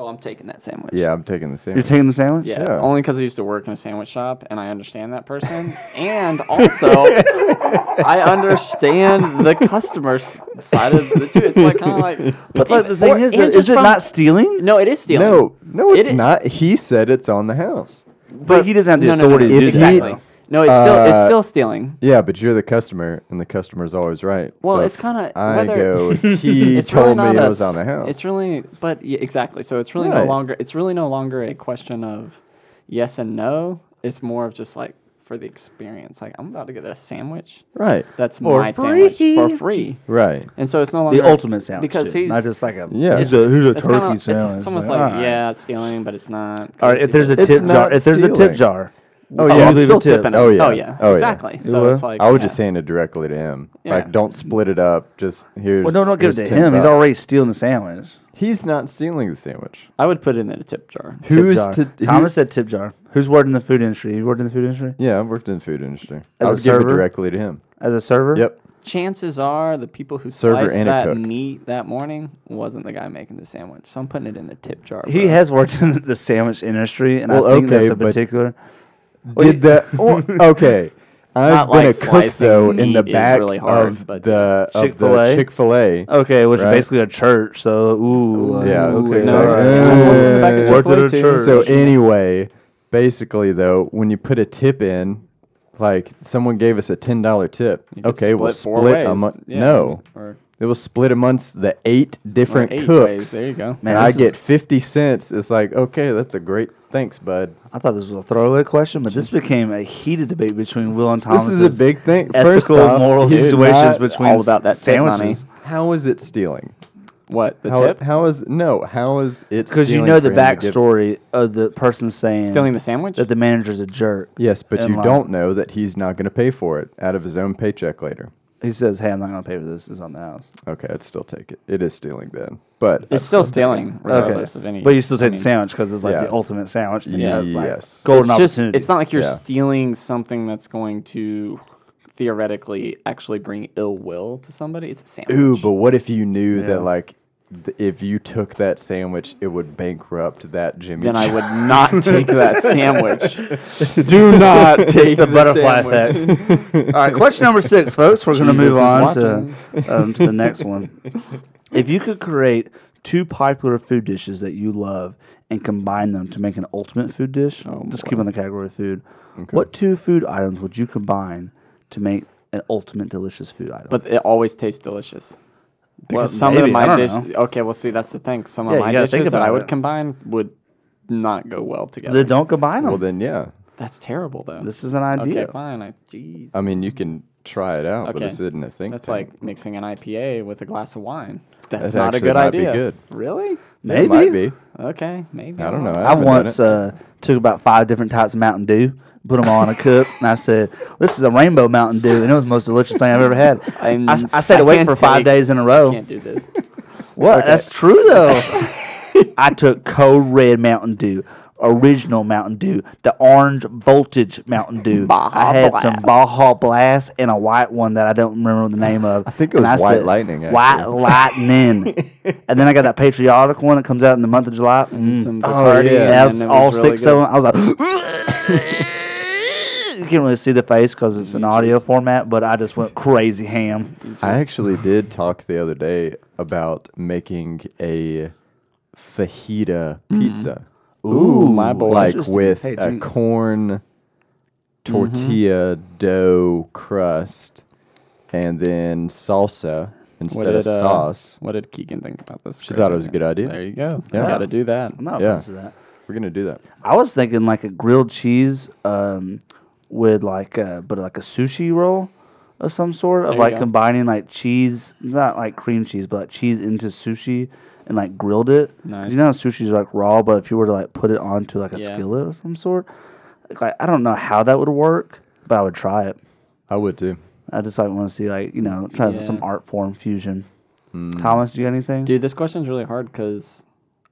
Speaker 3: Oh, I'm taking that sandwich.
Speaker 4: Yeah, I'm taking the same.
Speaker 1: You're taking the sandwich?
Speaker 3: Yeah,
Speaker 4: Yeah.
Speaker 3: only because I used to work in a sandwich shop, and I understand that person, and also I understand the customer s- side of the two. It's like kind of like,
Speaker 1: But like, the thing
Speaker 3: Or
Speaker 1: is,
Speaker 3: even
Speaker 1: is,
Speaker 3: just
Speaker 1: it
Speaker 3: from-
Speaker 1: not stealing?
Speaker 3: no, it is stealing.
Speaker 4: No, no,
Speaker 3: It
Speaker 4: it's
Speaker 3: is-
Speaker 4: not. He said it's on the house.
Speaker 1: but, he doesn't have the
Speaker 3: no, no, no,
Speaker 1: authority
Speaker 3: no,
Speaker 1: to do
Speaker 3: exactly.
Speaker 1: that.
Speaker 3: No, it's still it's
Speaker 4: Uh,
Speaker 3: still stealing.
Speaker 4: Yeah, but you're the customer, and the customer's always right.
Speaker 3: Well,
Speaker 4: So
Speaker 3: it's
Speaker 4: if
Speaker 3: kinda-
Speaker 4: I
Speaker 3: whether-
Speaker 4: go. He
Speaker 3: It's really
Speaker 4: told
Speaker 3: not
Speaker 4: me it
Speaker 3: a
Speaker 4: was on the
Speaker 3: s-
Speaker 4: house.
Speaker 3: It's really, but yeah, exactly. So it's really no
Speaker 4: Right.
Speaker 3: longer it's really no longer a question of yes and no. It's more of just like for the experience. Like I'm about to get a sandwich.
Speaker 4: right.
Speaker 3: That's
Speaker 4: For
Speaker 3: my sandwich for
Speaker 4: free.
Speaker 3: free.
Speaker 4: right.
Speaker 3: And so it's no longer
Speaker 1: The ultimate sandwich.
Speaker 3: because
Speaker 1: Because
Speaker 3: he's
Speaker 1: not just like a
Speaker 4: Yeah.
Speaker 1: Here's a, here's a
Speaker 3: it's
Speaker 1: turkey
Speaker 3: kinda, it's,
Speaker 1: sandwich.
Speaker 3: it's almost like,
Speaker 1: Like, all right.
Speaker 3: yeah, it's stealing, but it's not.
Speaker 1: All right, if there's a
Speaker 4: It's
Speaker 1: tip
Speaker 4: not
Speaker 1: jar, if there's a tip
Speaker 4: stealing.
Speaker 1: jar,
Speaker 4: Oh
Speaker 1: do
Speaker 4: yeah.
Speaker 1: you
Speaker 3: I'm
Speaker 1: leave a
Speaker 3: still
Speaker 1: tip?
Speaker 3: tipping.
Speaker 4: Oh,
Speaker 3: it.
Speaker 4: yeah.
Speaker 3: Oh yeah.
Speaker 4: Oh, yeah.
Speaker 3: Exactly. So
Speaker 1: will?
Speaker 3: it's like
Speaker 4: I would
Speaker 3: yeah.
Speaker 4: just hand it directly to him.
Speaker 3: Yeah.
Speaker 4: Like, don't split it up. Just here's.
Speaker 1: well, no, don't give it
Speaker 4: here's
Speaker 1: to
Speaker 4: 10
Speaker 1: him. He's
Speaker 4: bucks.
Speaker 1: already stealing the sandwich.
Speaker 4: He's not stealing the sandwich.
Speaker 3: I would put it in a tip jar.
Speaker 1: Tip
Speaker 4: Who's
Speaker 1: jar.
Speaker 4: to who-
Speaker 1: Thomas said tip jar. Who's worked in the food industry? You worked in the food industry
Speaker 4: Yeah, I've worked in the food industry.
Speaker 1: As a
Speaker 4: I would give it
Speaker 1: server?
Speaker 4: directly to him.
Speaker 1: as a server.
Speaker 4: Yep.
Speaker 3: chances are the people who
Speaker 4: Server
Speaker 3: sliced
Speaker 4: and a
Speaker 3: that
Speaker 4: cook.
Speaker 3: meat that morning wasn't the guy making the sandwich. So I'm putting it in the tip jar.
Speaker 1: He
Speaker 3: bro.
Speaker 1: has worked in the sandwich industry, and
Speaker 4: Well,
Speaker 1: I think that's
Speaker 4: okay,
Speaker 1: a
Speaker 4: but-
Speaker 1: particular.
Speaker 4: Did that? Oh, okay. I've
Speaker 3: Not
Speaker 4: been
Speaker 3: like
Speaker 4: a cook
Speaker 3: slicing
Speaker 4: though in
Speaker 3: meat
Speaker 4: the
Speaker 3: is
Speaker 4: back
Speaker 3: really hard,
Speaker 4: of
Speaker 3: but- Oh,
Speaker 4: the of
Speaker 1: Chick-fil-A?
Speaker 4: the Chick Fil A.
Speaker 1: Okay, which
Speaker 4: Right.
Speaker 1: is basically a church. So ooh, uh,
Speaker 4: Yeah,
Speaker 1: ooh,
Speaker 4: okay,
Speaker 1: it's
Speaker 4: so-
Speaker 1: all right.
Speaker 4: Yeah.
Speaker 3: Back at
Speaker 1: Worked at a
Speaker 3: Chick-fil-A too.
Speaker 1: church.
Speaker 4: So anyway, basically though, when you put a tip in, like someone gave us a ten dollar tip.
Speaker 3: You could
Speaker 4: Okay, we'll
Speaker 3: four
Speaker 4: split
Speaker 3: ways.
Speaker 4: among
Speaker 3: Yeah,
Speaker 4: no.
Speaker 3: or- or
Speaker 4: It was split amongst the eight different
Speaker 3: eight ways.
Speaker 4: cooks.
Speaker 3: There you go.
Speaker 1: Man,
Speaker 4: and I
Speaker 1: this is-
Speaker 4: get fifty cents. It's like, okay, that's a great thanks, bud.
Speaker 1: I thought this was a throwaway question, but this became a heated debate between Will and Thomas.
Speaker 4: This is a big thing. First
Speaker 1: ethical
Speaker 4: off,
Speaker 1: moral
Speaker 4: it's
Speaker 1: situations
Speaker 4: not-
Speaker 1: between
Speaker 3: all about that tip money.
Speaker 1: sandwiches
Speaker 4: How is it stealing?
Speaker 3: What the
Speaker 4: how,
Speaker 3: tip?
Speaker 4: how is no? How is it?
Speaker 1: because you
Speaker 4: stealing
Speaker 1: know
Speaker 4: for
Speaker 1: the
Speaker 4: him to give-
Speaker 1: backstory of the person saying
Speaker 3: Stealing the sandwich?
Speaker 1: that the manager's a jerk.
Speaker 4: Yes, but
Speaker 1: and
Speaker 4: you
Speaker 1: like-
Speaker 4: don't know that he's not going to pay for it out of his own paycheck later.
Speaker 1: He says, "Hey, I'm not going to pay for this. It's on the house."
Speaker 4: Okay, I'd still take it. It is stealing then, but
Speaker 3: it's still stealing, regardless of any.
Speaker 1: but you still take
Speaker 3: I
Speaker 1: the
Speaker 3: mean,
Speaker 1: sandwich because it's like
Speaker 4: yeah.
Speaker 1: the ultimate sandwich. Thing.
Speaker 4: Yeah,
Speaker 1: It's like
Speaker 4: yes.
Speaker 1: golden
Speaker 3: It's just
Speaker 1: opportunity.
Speaker 3: it's not like you're
Speaker 4: Yeah.
Speaker 3: stealing something that's going to theoretically actually bring ill will to somebody. It's a sandwich.
Speaker 4: ooh, but what if you knew that like th- if you took that sandwich, it would bankrupt that Jimmy.
Speaker 3: then I
Speaker 4: John's.
Speaker 3: would not take that sandwich.
Speaker 1: do not
Speaker 4: take
Speaker 1: the
Speaker 4: the
Speaker 1: butterfly effect. All right, question number six, folks. We're going to
Speaker 3: Jesus
Speaker 1: move
Speaker 3: is
Speaker 1: on to, um, to the next one. If you could create two popular food dishes that you love and combine them to make an ultimate food dish, just keep on the category of food. What two food items would you combine to make an ultimate delicious food item?
Speaker 3: But it always tastes delicious. Because
Speaker 1: Well,
Speaker 3: some
Speaker 1: maybe,
Speaker 3: of
Speaker 1: I
Speaker 3: my
Speaker 1: don't
Speaker 3: dishes.
Speaker 1: know.
Speaker 3: Okay, well, see, that's the thing. Some
Speaker 1: Yeah,
Speaker 3: of
Speaker 1: you
Speaker 3: my
Speaker 1: gotta think
Speaker 3: dishes that I
Speaker 1: about
Speaker 3: would
Speaker 1: it.
Speaker 3: combine would not go well together.
Speaker 1: then don't combine them.
Speaker 4: Well, then yeah.
Speaker 3: That's terrible, though.
Speaker 1: this is an idea.
Speaker 3: Okay, fine. I, jeez.
Speaker 4: I mean, you can try it out, but
Speaker 3: Okay.
Speaker 4: this isn't a thing.
Speaker 3: That's like mixing an IPA with a glass of wine. That's
Speaker 4: That
Speaker 3: not a
Speaker 4: actually
Speaker 3: good
Speaker 4: might be
Speaker 3: idea.
Speaker 4: good.
Speaker 3: Really?
Speaker 1: Maybe.
Speaker 4: It might be.
Speaker 3: Okay, maybe.
Speaker 4: I don't know.
Speaker 1: I
Speaker 4: haven't done
Speaker 1: once
Speaker 4: it.
Speaker 1: uh, took about five different types of Mountain Dew, put them all in a cup, and I said, "This is a rainbow Mountain Dew," and it was the most delicious thing I've ever had. I,
Speaker 3: I'm-
Speaker 1: s- I stayed
Speaker 3: I
Speaker 1: awake
Speaker 3: can't
Speaker 1: for five
Speaker 3: take-
Speaker 1: days in a row.
Speaker 3: Can't do this.
Speaker 1: What? That's true though. I took Code Red Mountain Dew, original Mountain Dew, the orange voltage Mountain Dew. I had some Baja Blast and a white one that I don't remember the name of. I
Speaker 4: think it was White Lightning,
Speaker 1: White Lightning. and then I got that patriotic one that comes out in the month of July. Mm.
Speaker 3: Some
Speaker 4: Oh,
Speaker 3: Bacardi,
Speaker 4: yeah.
Speaker 1: Yeah,
Speaker 3: and
Speaker 1: that's
Speaker 3: it was
Speaker 1: all
Speaker 3: really
Speaker 1: six
Speaker 3: good.
Speaker 1: of them. I was like, you can't really see the face because it's an audio format, but I just went crazy ham.
Speaker 4: I actually did talk the other day about making a fajita pizza.
Speaker 3: Mm-hmm. Ooh, my boy.
Speaker 4: like
Speaker 1: Interesting.
Speaker 4: with
Speaker 1: Hey,
Speaker 4: a
Speaker 1: Jinx.
Speaker 4: corn tortilla dough crust and then salsa
Speaker 3: What
Speaker 4: instead
Speaker 3: did,
Speaker 4: of
Speaker 3: uh,
Speaker 4: sauce.
Speaker 3: What did Keegan think about this?
Speaker 4: She thought it was a good idea.
Speaker 3: There you go.
Speaker 4: Yeah.
Speaker 3: Got to do that.
Speaker 1: I'm not
Speaker 4: Yeah.
Speaker 1: opposed to that.
Speaker 4: We're going to do that.
Speaker 1: I was thinking like a grilled cheese um, with like a, but like a sushi roll of some sort of
Speaker 3: There you
Speaker 1: like
Speaker 3: go.
Speaker 1: combining like cheese, not like cream cheese, but like cheese into sushi and like grilled it. 'Cause
Speaker 3: Nice.
Speaker 1: You know how sushi's like raw, but if you were to like put it onto like a
Speaker 3: Yeah.
Speaker 1: skillet of some sort, like, I- I don't know how that would work, but I would try it.
Speaker 4: I would too.
Speaker 1: I just like want to see like you know try
Speaker 3: Yeah.
Speaker 1: some art form fusion. Thomas, do you got anything?
Speaker 3: Dude, this question's really hard because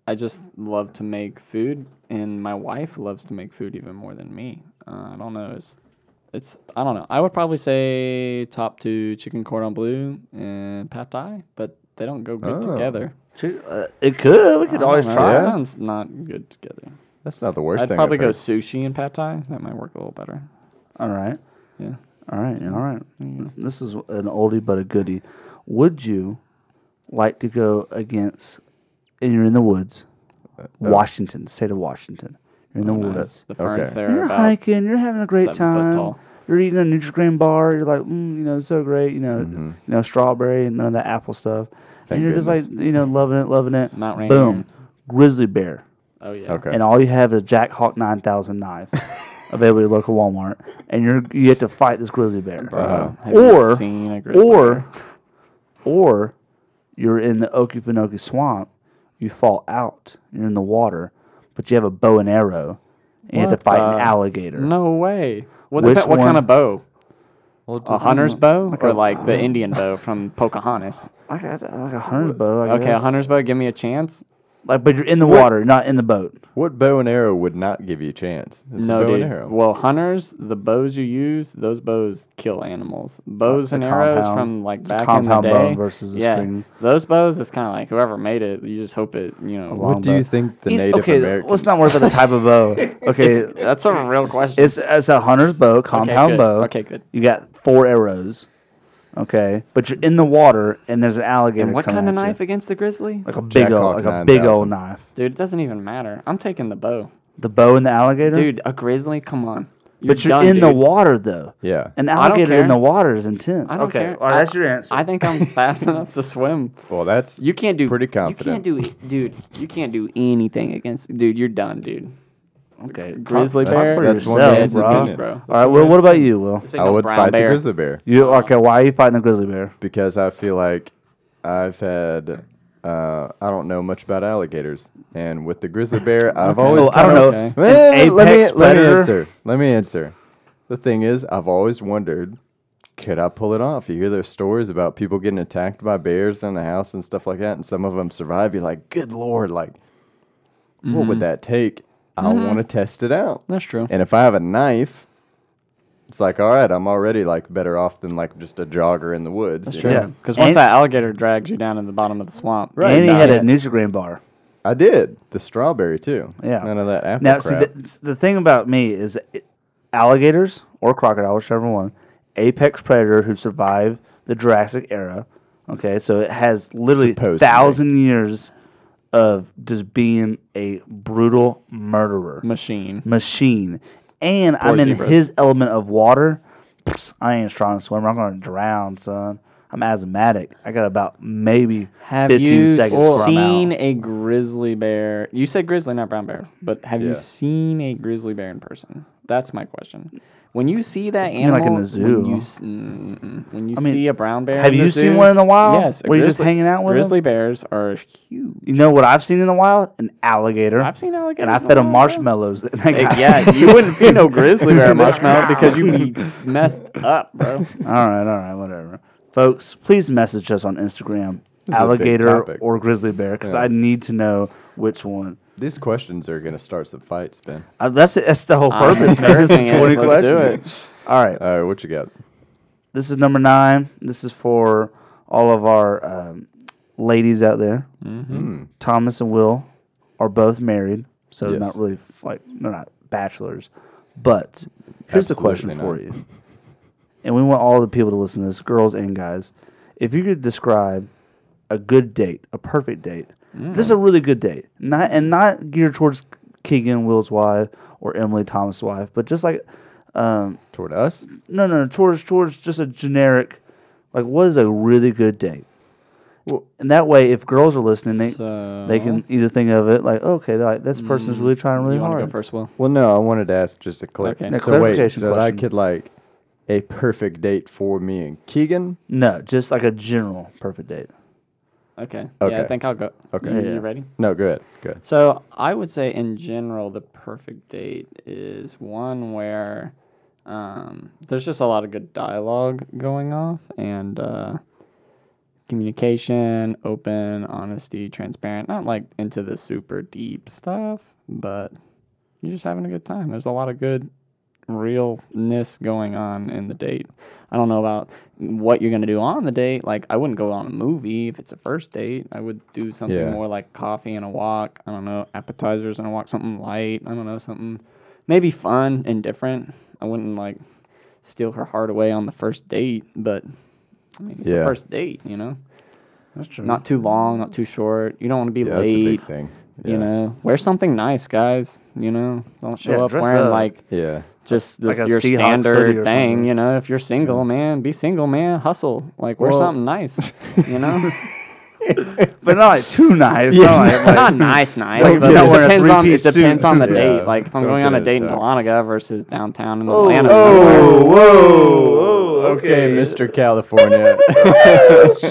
Speaker 3: I just love to make food, and my wife loves to make food even more than me. Uh, I don't know. It's, it's. I don't know. I would probably say top two chicken cordon bleu and pad thai, but they don't go good
Speaker 4: Oh.
Speaker 3: together.
Speaker 1: Chi- uh, it could. We could always
Speaker 3: I don't know,
Speaker 1: try.
Speaker 3: That
Speaker 1: it.
Speaker 3: sounds not good together.
Speaker 4: That's not the worst
Speaker 3: I'd
Speaker 4: thing.
Speaker 3: probably
Speaker 4: I've
Speaker 3: go
Speaker 4: heard.
Speaker 3: sushi and pad thai. That might work a little better.
Speaker 1: All right.
Speaker 3: Yeah.
Speaker 1: All right, all right. This is an oldie but a goodie. Would you like to go against? And you're in the woods,
Speaker 3: Uh,
Speaker 1: Washington, state of Washington. You're in the woods.
Speaker 3: The ferns
Speaker 4: Okay.
Speaker 3: there. are
Speaker 1: You're
Speaker 3: Oh, about,
Speaker 1: hiking. You're having a great
Speaker 3: seven foot
Speaker 1: time.
Speaker 3: tall.
Speaker 1: You're eating a Nutri-Grain bar. You're like, mm, you know, so great. You know,
Speaker 3: Mm-hmm.
Speaker 1: you know, strawberry and none of that apple stuff. and
Speaker 4: Thank
Speaker 1: you're just like, you know, loving it, loving it.
Speaker 3: Mount Rainier.
Speaker 1: Boom, grizzly bear
Speaker 3: Oh yeah.
Speaker 4: Okay.
Speaker 1: and all you have is a Jack Hawk 9000 knife available at your local Walmart, and you're you have to fight this grizzly bear,
Speaker 3: Oh, Have you
Speaker 1: or
Speaker 3: seen a grizzly
Speaker 1: or
Speaker 3: bear?
Speaker 1: or you're in the Okefenokee swamp, you fall out, you're in the water, but you have a bow and arrow, and you have to
Speaker 3: What
Speaker 1: fight an
Speaker 3: the-
Speaker 1: alligator.
Speaker 3: No way. What,
Speaker 1: Which
Speaker 3: depe- what
Speaker 1: one-
Speaker 3: kind of bow?
Speaker 4: Well,
Speaker 3: A
Speaker 4: just-
Speaker 3: hunter's bow or like the Indian bow from Pocahontas?
Speaker 1: I got like a hunter bow. I
Speaker 3: Okay, a
Speaker 1: guess.
Speaker 3: hunter's bow. Give me a chance.
Speaker 1: Like, but you're in the water, not in the boat.
Speaker 4: What bow and arrow would not give you a chance? It's a
Speaker 3: no,
Speaker 4: bow
Speaker 3: dude.
Speaker 4: and arrow.
Speaker 3: Well, hunters, the bows you use, those bows kill animals. Bows
Speaker 1: a
Speaker 3: and arrows
Speaker 1: compound.
Speaker 3: from like
Speaker 1: a
Speaker 3: back
Speaker 1: compound
Speaker 3: in the
Speaker 1: bow
Speaker 3: day
Speaker 1: versus a
Speaker 3: yeah,
Speaker 1: string.
Speaker 3: Those bows, it's kind of like whoever made it. You just hope it, you know.
Speaker 4: what do
Speaker 1: longbow.
Speaker 4: you think the
Speaker 1: You-
Speaker 4: Native
Speaker 1: okay,
Speaker 4: American?
Speaker 1: let's not worry about the type of bow. Okay,
Speaker 3: It's- that's a real question.
Speaker 1: It's it's a hunter's bow, compound
Speaker 3: good.
Speaker 1: bow.
Speaker 3: Okay, good.
Speaker 1: You got four arrows. Okay, but you're in the water and there's an alligator.
Speaker 3: and what
Speaker 1: coming
Speaker 3: kind of
Speaker 1: at you.
Speaker 3: knife against the grizzly?
Speaker 1: Like a big
Speaker 4: Jackhawk
Speaker 1: old, like a big old
Speaker 4: 9000.
Speaker 1: knife.
Speaker 3: Dude, it doesn't even matter. I'm taking the bow.
Speaker 1: The bow and the alligator.
Speaker 3: Dude, a grizzly? Come on.
Speaker 1: but you're in the water though.
Speaker 4: Yeah.
Speaker 1: An
Speaker 3: I don't
Speaker 1: alligator in
Speaker 3: care.
Speaker 1: the water is intense.
Speaker 3: I don't
Speaker 1: okay,
Speaker 3: care.
Speaker 1: all right, that's your answer.
Speaker 3: I think I'm fast enough to swim.
Speaker 4: well, that's
Speaker 3: You can't do
Speaker 4: Pretty confident.
Speaker 3: You can't do e- dude. You can't do anything against dude. You're done, dude.
Speaker 1: okay,
Speaker 3: grizzly
Speaker 1: talk- talk
Speaker 3: bear.
Speaker 1: for
Speaker 4: That's one
Speaker 1: yourself,
Speaker 4: man's
Speaker 1: bro.
Speaker 4: opinion.
Speaker 3: Bro.
Speaker 1: All right, well, what about you, Will?
Speaker 3: This ain't
Speaker 4: I
Speaker 3: no
Speaker 4: would
Speaker 3: brown
Speaker 4: fight the
Speaker 3: bear.
Speaker 4: grizzly bear
Speaker 1: You okay? Why are you fighting the grizzly bear?
Speaker 4: because I feel like I've had. Uh, I don't know much about alligators, and with the grizzly bear, I've always.
Speaker 1: Oh, I don't
Speaker 4: kinda-
Speaker 1: know.
Speaker 3: okay.
Speaker 1: An
Speaker 4: Eh, let me
Speaker 1: apex
Speaker 4: let me
Speaker 1: predator?
Speaker 4: answer. Let me answer. The thing is, I've always wondered, could I pull it off? You hear those stories about people getting attacked by bears in the house and stuff like that, and some of them survive. You're like, good lord, like, what
Speaker 1: Mm-hmm.
Speaker 4: would that take? I want to test it out.
Speaker 3: That's true.
Speaker 4: And if I have a knife, it's like, all right, I'm already like better off than like just a jogger in the woods. That's
Speaker 3: Yeah, because once
Speaker 1: And-
Speaker 3: that alligator drags you down in the bottom of the swamp,
Speaker 4: Right.
Speaker 1: and he had
Speaker 4: now.
Speaker 1: a newsgram bar.
Speaker 4: I did the strawberry too.
Speaker 1: Yeah.
Speaker 4: none of that apple
Speaker 1: Now, see,
Speaker 4: crap.
Speaker 1: the, the thing about me is it, alligators or crocodiles, whichever one, apex predator who survived the Jurassic era. Okay, so it has literally
Speaker 4: Supposedly.
Speaker 1: thousand years of just being a brutal murderer
Speaker 3: machine.
Speaker 1: machine, and I'm
Speaker 3: Poor
Speaker 1: in
Speaker 3: zebras.
Speaker 1: his element of water. Psst, I ain't a strong swimmer. I'm gonna drown, son. I'm asthmatic. I got about maybe
Speaker 3: Have
Speaker 1: 15
Speaker 3: you
Speaker 1: seconds. before I'm out.
Speaker 3: seen a grizzly bear? You said grizzly, not brown bear, but have
Speaker 4: Yeah.
Speaker 3: you seen a grizzly bear in person? That's my question. When you see that
Speaker 1: mean,
Speaker 3: animal,
Speaker 1: like in the zoo.
Speaker 3: when you, s- mm, mm, when you
Speaker 1: mean,
Speaker 3: see a brown bear,
Speaker 1: have
Speaker 3: in the
Speaker 1: you seen
Speaker 3: zoo-
Speaker 1: one in the wild
Speaker 3: Yes, a
Speaker 1: where you're just hanging out with 'em?
Speaker 3: Grizzly bears are huge.
Speaker 1: You know what I've seen in the wild? An alligator.
Speaker 3: I've seen alligators
Speaker 1: And I
Speaker 3: in the
Speaker 1: fed him
Speaker 3: wild,
Speaker 1: marshmallows. And I got,
Speaker 3: yeah, you wouldn't feed no grizzly bear marshmallow because you'd be messed up, bro.
Speaker 1: All right, all right, whatever. Folks, please message us on Instagram,
Speaker 4: is a big
Speaker 1: alligator
Speaker 4: topic.
Speaker 1: or grizzly bear, because
Speaker 4: Yeah.
Speaker 1: I need to know which one.
Speaker 4: These questions are gonna start some fights, Ben.
Speaker 1: Uh, that's that's the whole
Speaker 3: I'm
Speaker 1: purpose, man. This
Speaker 3: encouraging
Speaker 1: is
Speaker 3: it.
Speaker 1: 20
Speaker 3: Let's do
Speaker 1: questions. All right,
Speaker 4: All right, what you got?
Speaker 1: this is number nine. This is for all of our um, ladies out there.
Speaker 4: Mm-hmm.
Speaker 1: Thomas and Will are both married, so they're
Speaker 4: Yes.
Speaker 1: not really f- like they're not bachelors. But here's the question
Speaker 4: Absolutely
Speaker 1: for
Speaker 4: not.
Speaker 1: you, and we want all the people to listen to this, girls and guys. If you could describe a good date, a perfect date,
Speaker 4: Mm.
Speaker 1: this is a really good date, not and not geared towards Keegan Will's wife or Emily Thomas' wife, but just like
Speaker 4: Toward us?
Speaker 1: no, no, towards towards just a generic, like what is a really good date?
Speaker 4: Well-
Speaker 1: and that way, if girls are listening, they
Speaker 3: So, Mm,
Speaker 1: they can either think of it like, okay, like this person's really trying really
Speaker 3: you want to
Speaker 1: hard.
Speaker 3: go first, Will?
Speaker 4: Well, no, I wanted to ask just a clip.
Speaker 3: Okay. A
Speaker 4: So wait,
Speaker 1: clarification
Speaker 4: so that I
Speaker 1: question.
Speaker 4: could like a perfect date for me and Keegan.
Speaker 1: No, just like a general perfect date.
Speaker 3: Okay. Yeah, I
Speaker 4: Okay.
Speaker 3: think I'll go.
Speaker 4: Okay.
Speaker 3: You,
Speaker 1: Yeah.
Speaker 3: you ready?
Speaker 4: No, go ahead. Go ahead.
Speaker 3: So I would say, in general, the perfect date is one where um, there's just a lot of good dialogue going off and uh, communication, open, honesty, transparent. Not like into the super deep stuff, but you're just having a good time. There's a lot of good realness going on in the date. I don't know about what you're gonna do on the date. Like I wouldn't go on a movie if it's a first date. I would do something
Speaker 4: Yeah.
Speaker 3: more like coffee and a walk. I don't know, appetizers and a walk, something light. I don't know, something maybe fun and different. I wouldn't like steal her heart away on the first date, but I mean, it's the
Speaker 4: Yeah.
Speaker 3: first date, you know.
Speaker 1: That's true.
Speaker 3: Not too long, not too short. You don't want to be
Speaker 4: Yeah, that's a
Speaker 3: late.
Speaker 4: big thing.
Speaker 3: You
Speaker 4: Yeah.
Speaker 3: know, wear something nice, guys. You know, don't show
Speaker 1: Yeah,
Speaker 3: up
Speaker 1: dress
Speaker 3: wearing
Speaker 1: up.
Speaker 3: like
Speaker 4: Yeah.
Speaker 3: just
Speaker 1: Like
Speaker 3: this,
Speaker 1: a
Speaker 3: your
Speaker 1: Seahawks hoodie or
Speaker 3: standard
Speaker 1: something.
Speaker 3: thing. You know, if you're single, man, be single, man. Hustle. Like wear
Speaker 4: Well-
Speaker 3: something nice. You know,
Speaker 1: but not like too nice. not like-
Speaker 3: not nice, nice.
Speaker 1: Like,
Speaker 3: but
Speaker 1: not
Speaker 3: it
Speaker 1: wearing a
Speaker 3: depends on it
Speaker 1: three-piece suit.
Speaker 3: depends on the
Speaker 4: Yeah,
Speaker 3: date. Like if I'm
Speaker 4: don't
Speaker 3: going
Speaker 4: get
Speaker 3: on a
Speaker 4: it
Speaker 3: date in
Speaker 4: tucked.
Speaker 3: Dahlonega versus downtown in Atlanta.
Speaker 1: Oh, whoa,
Speaker 4: Okay, Mr. California.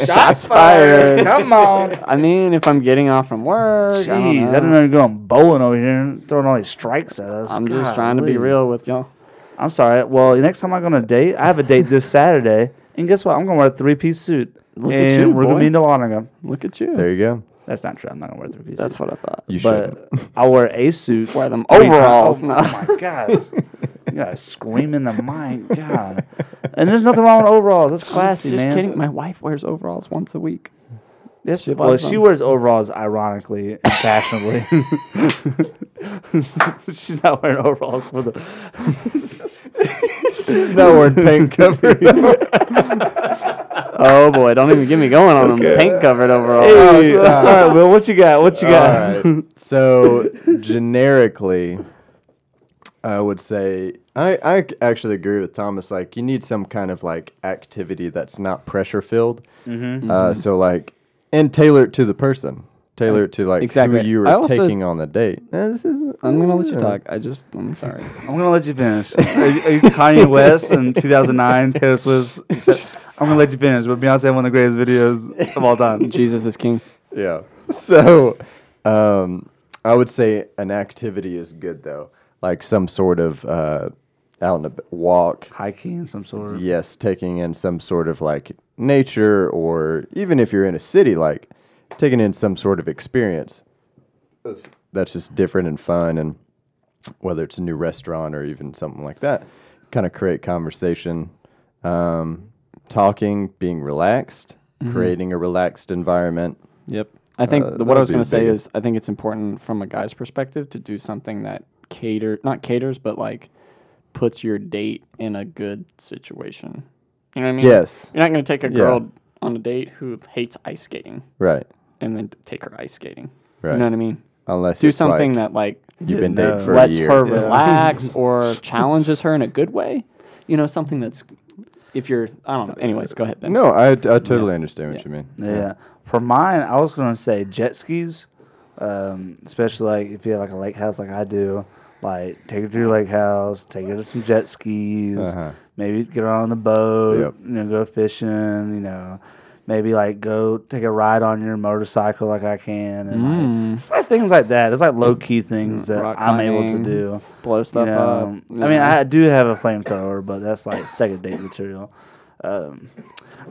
Speaker 1: Shots fired. Come on.
Speaker 3: I mean, if I'm getting off from work, I don't
Speaker 1: Jeez, I didn't
Speaker 3: know.
Speaker 1: know you're going bowling over here and throwing all these strikes at us.
Speaker 3: I'm just trying to be
Speaker 1: Golly.
Speaker 3: real with y'all.
Speaker 1: I'm sorry. Well, next time I go on a date, I have a date this Saturday, and guess what? I'm gonna wear a three piece suit,
Speaker 3: Look at
Speaker 1: and
Speaker 3: you,
Speaker 1: we're gonna
Speaker 3: boy.
Speaker 1: be in Dahlonega.
Speaker 3: Look at you.
Speaker 4: there you go.
Speaker 1: That's not true. I'm not gonna wear a three piece.
Speaker 3: That's
Speaker 1: suit.
Speaker 3: what I thought.
Speaker 4: You should.
Speaker 1: But I wear a suit.
Speaker 3: Wear them
Speaker 1: three times.
Speaker 3: overalls.
Speaker 1: Oh,
Speaker 3: No.
Speaker 1: my god. Yeah, scream in the mic, God. And there's nothing wrong with overalls. That's classy,
Speaker 3: Just
Speaker 1: man.
Speaker 3: kidding. My wife wears overalls once a week.
Speaker 1: Yes,
Speaker 3: She
Speaker 1: well,
Speaker 3: loves
Speaker 1: she
Speaker 3: them.
Speaker 1: wears overalls ironically and fashionably. She's not wearing overalls for the.
Speaker 4: She's not wearing paint covered.
Speaker 3: Oh boy! Don't even get me going on them paint covered overalls.
Speaker 1: Hey, all right, Will, what you got? What you got?
Speaker 4: All right. So generically, I would say I, I c- actually agree with Thomas. Like you need some kind of like activity that's not pressure filled.
Speaker 3: Mm-hmm.
Speaker 4: Uh, so like and tailor it to the person. Tailor it to like
Speaker 3: Exactly.
Speaker 4: who you
Speaker 3: I
Speaker 4: were
Speaker 3: also-
Speaker 4: taking on the date. Eh, this is-
Speaker 3: I'm gonna let you talk. I just I'm sorry.
Speaker 1: I'm gonna let you finish. Are you, are you Kanye West in 2009? Taylor Swift. I'm gonna let you finish. But Beyonce one of the greatest videos of all time.
Speaker 3: Jesus is king.
Speaker 4: yeah. So, um, I would say an activity is good though, like some sort of uh, out and a walk,
Speaker 1: Hiking of some sort.
Speaker 4: yes, taking in some sort of like nature, or even if you're in a city, like taking in some sort of experience that's- that's just different and fun. And whether it's a new restaurant or even something like that, kind of create conversation, um, talking, being relaxed,
Speaker 3: Mm-hmm.
Speaker 4: creating a relaxed environment.
Speaker 3: Yep. I think
Speaker 4: Uh,
Speaker 3: the-
Speaker 4: that
Speaker 3: what
Speaker 4: would
Speaker 3: I was
Speaker 4: be
Speaker 3: going
Speaker 4: the
Speaker 3: to say
Speaker 4: biggest.
Speaker 3: is I think it's important from a guy's perspective to do something that cater not caters but like puts your date in a good situation. You know what I mean?
Speaker 4: Yes.
Speaker 3: You're not going to take a
Speaker 4: Yeah.
Speaker 3: girl on a date who hates ice skating
Speaker 4: Right.
Speaker 3: and then take her ice skating. You
Speaker 4: Right.
Speaker 3: know what I mean?
Speaker 4: Unless
Speaker 3: Do
Speaker 4: it's
Speaker 3: something
Speaker 4: like
Speaker 3: that like
Speaker 4: you've been
Speaker 6: No.
Speaker 4: dating for a
Speaker 3: lets
Speaker 4: year.
Speaker 3: her relax or challenges her in a good way. You know, something that's if you're I don't know. Anyways, go ahead, Ben.
Speaker 4: No, I, I totally understand what
Speaker 3: Yeah.
Speaker 4: you mean.
Speaker 1: Yeah. For mine, I was gonna say jet skis, um, especially like if you have like a lake house like I do. Like take her to your lake house, take her to some jet skis,
Speaker 4: Uh-huh.
Speaker 1: maybe get her on the boat,
Speaker 4: Yep.
Speaker 1: you know, go fishing, you know, maybe like go take a ride on your motorcycle like I can, and like, it's like things like that. It's like low key things that
Speaker 3: rock
Speaker 1: I'm able to
Speaker 3: climbing,
Speaker 1: do.
Speaker 3: Blow stuff
Speaker 1: you
Speaker 3: up.
Speaker 1: know, uh, I mean, I do have a flamethrower, but that's like second date material. Um,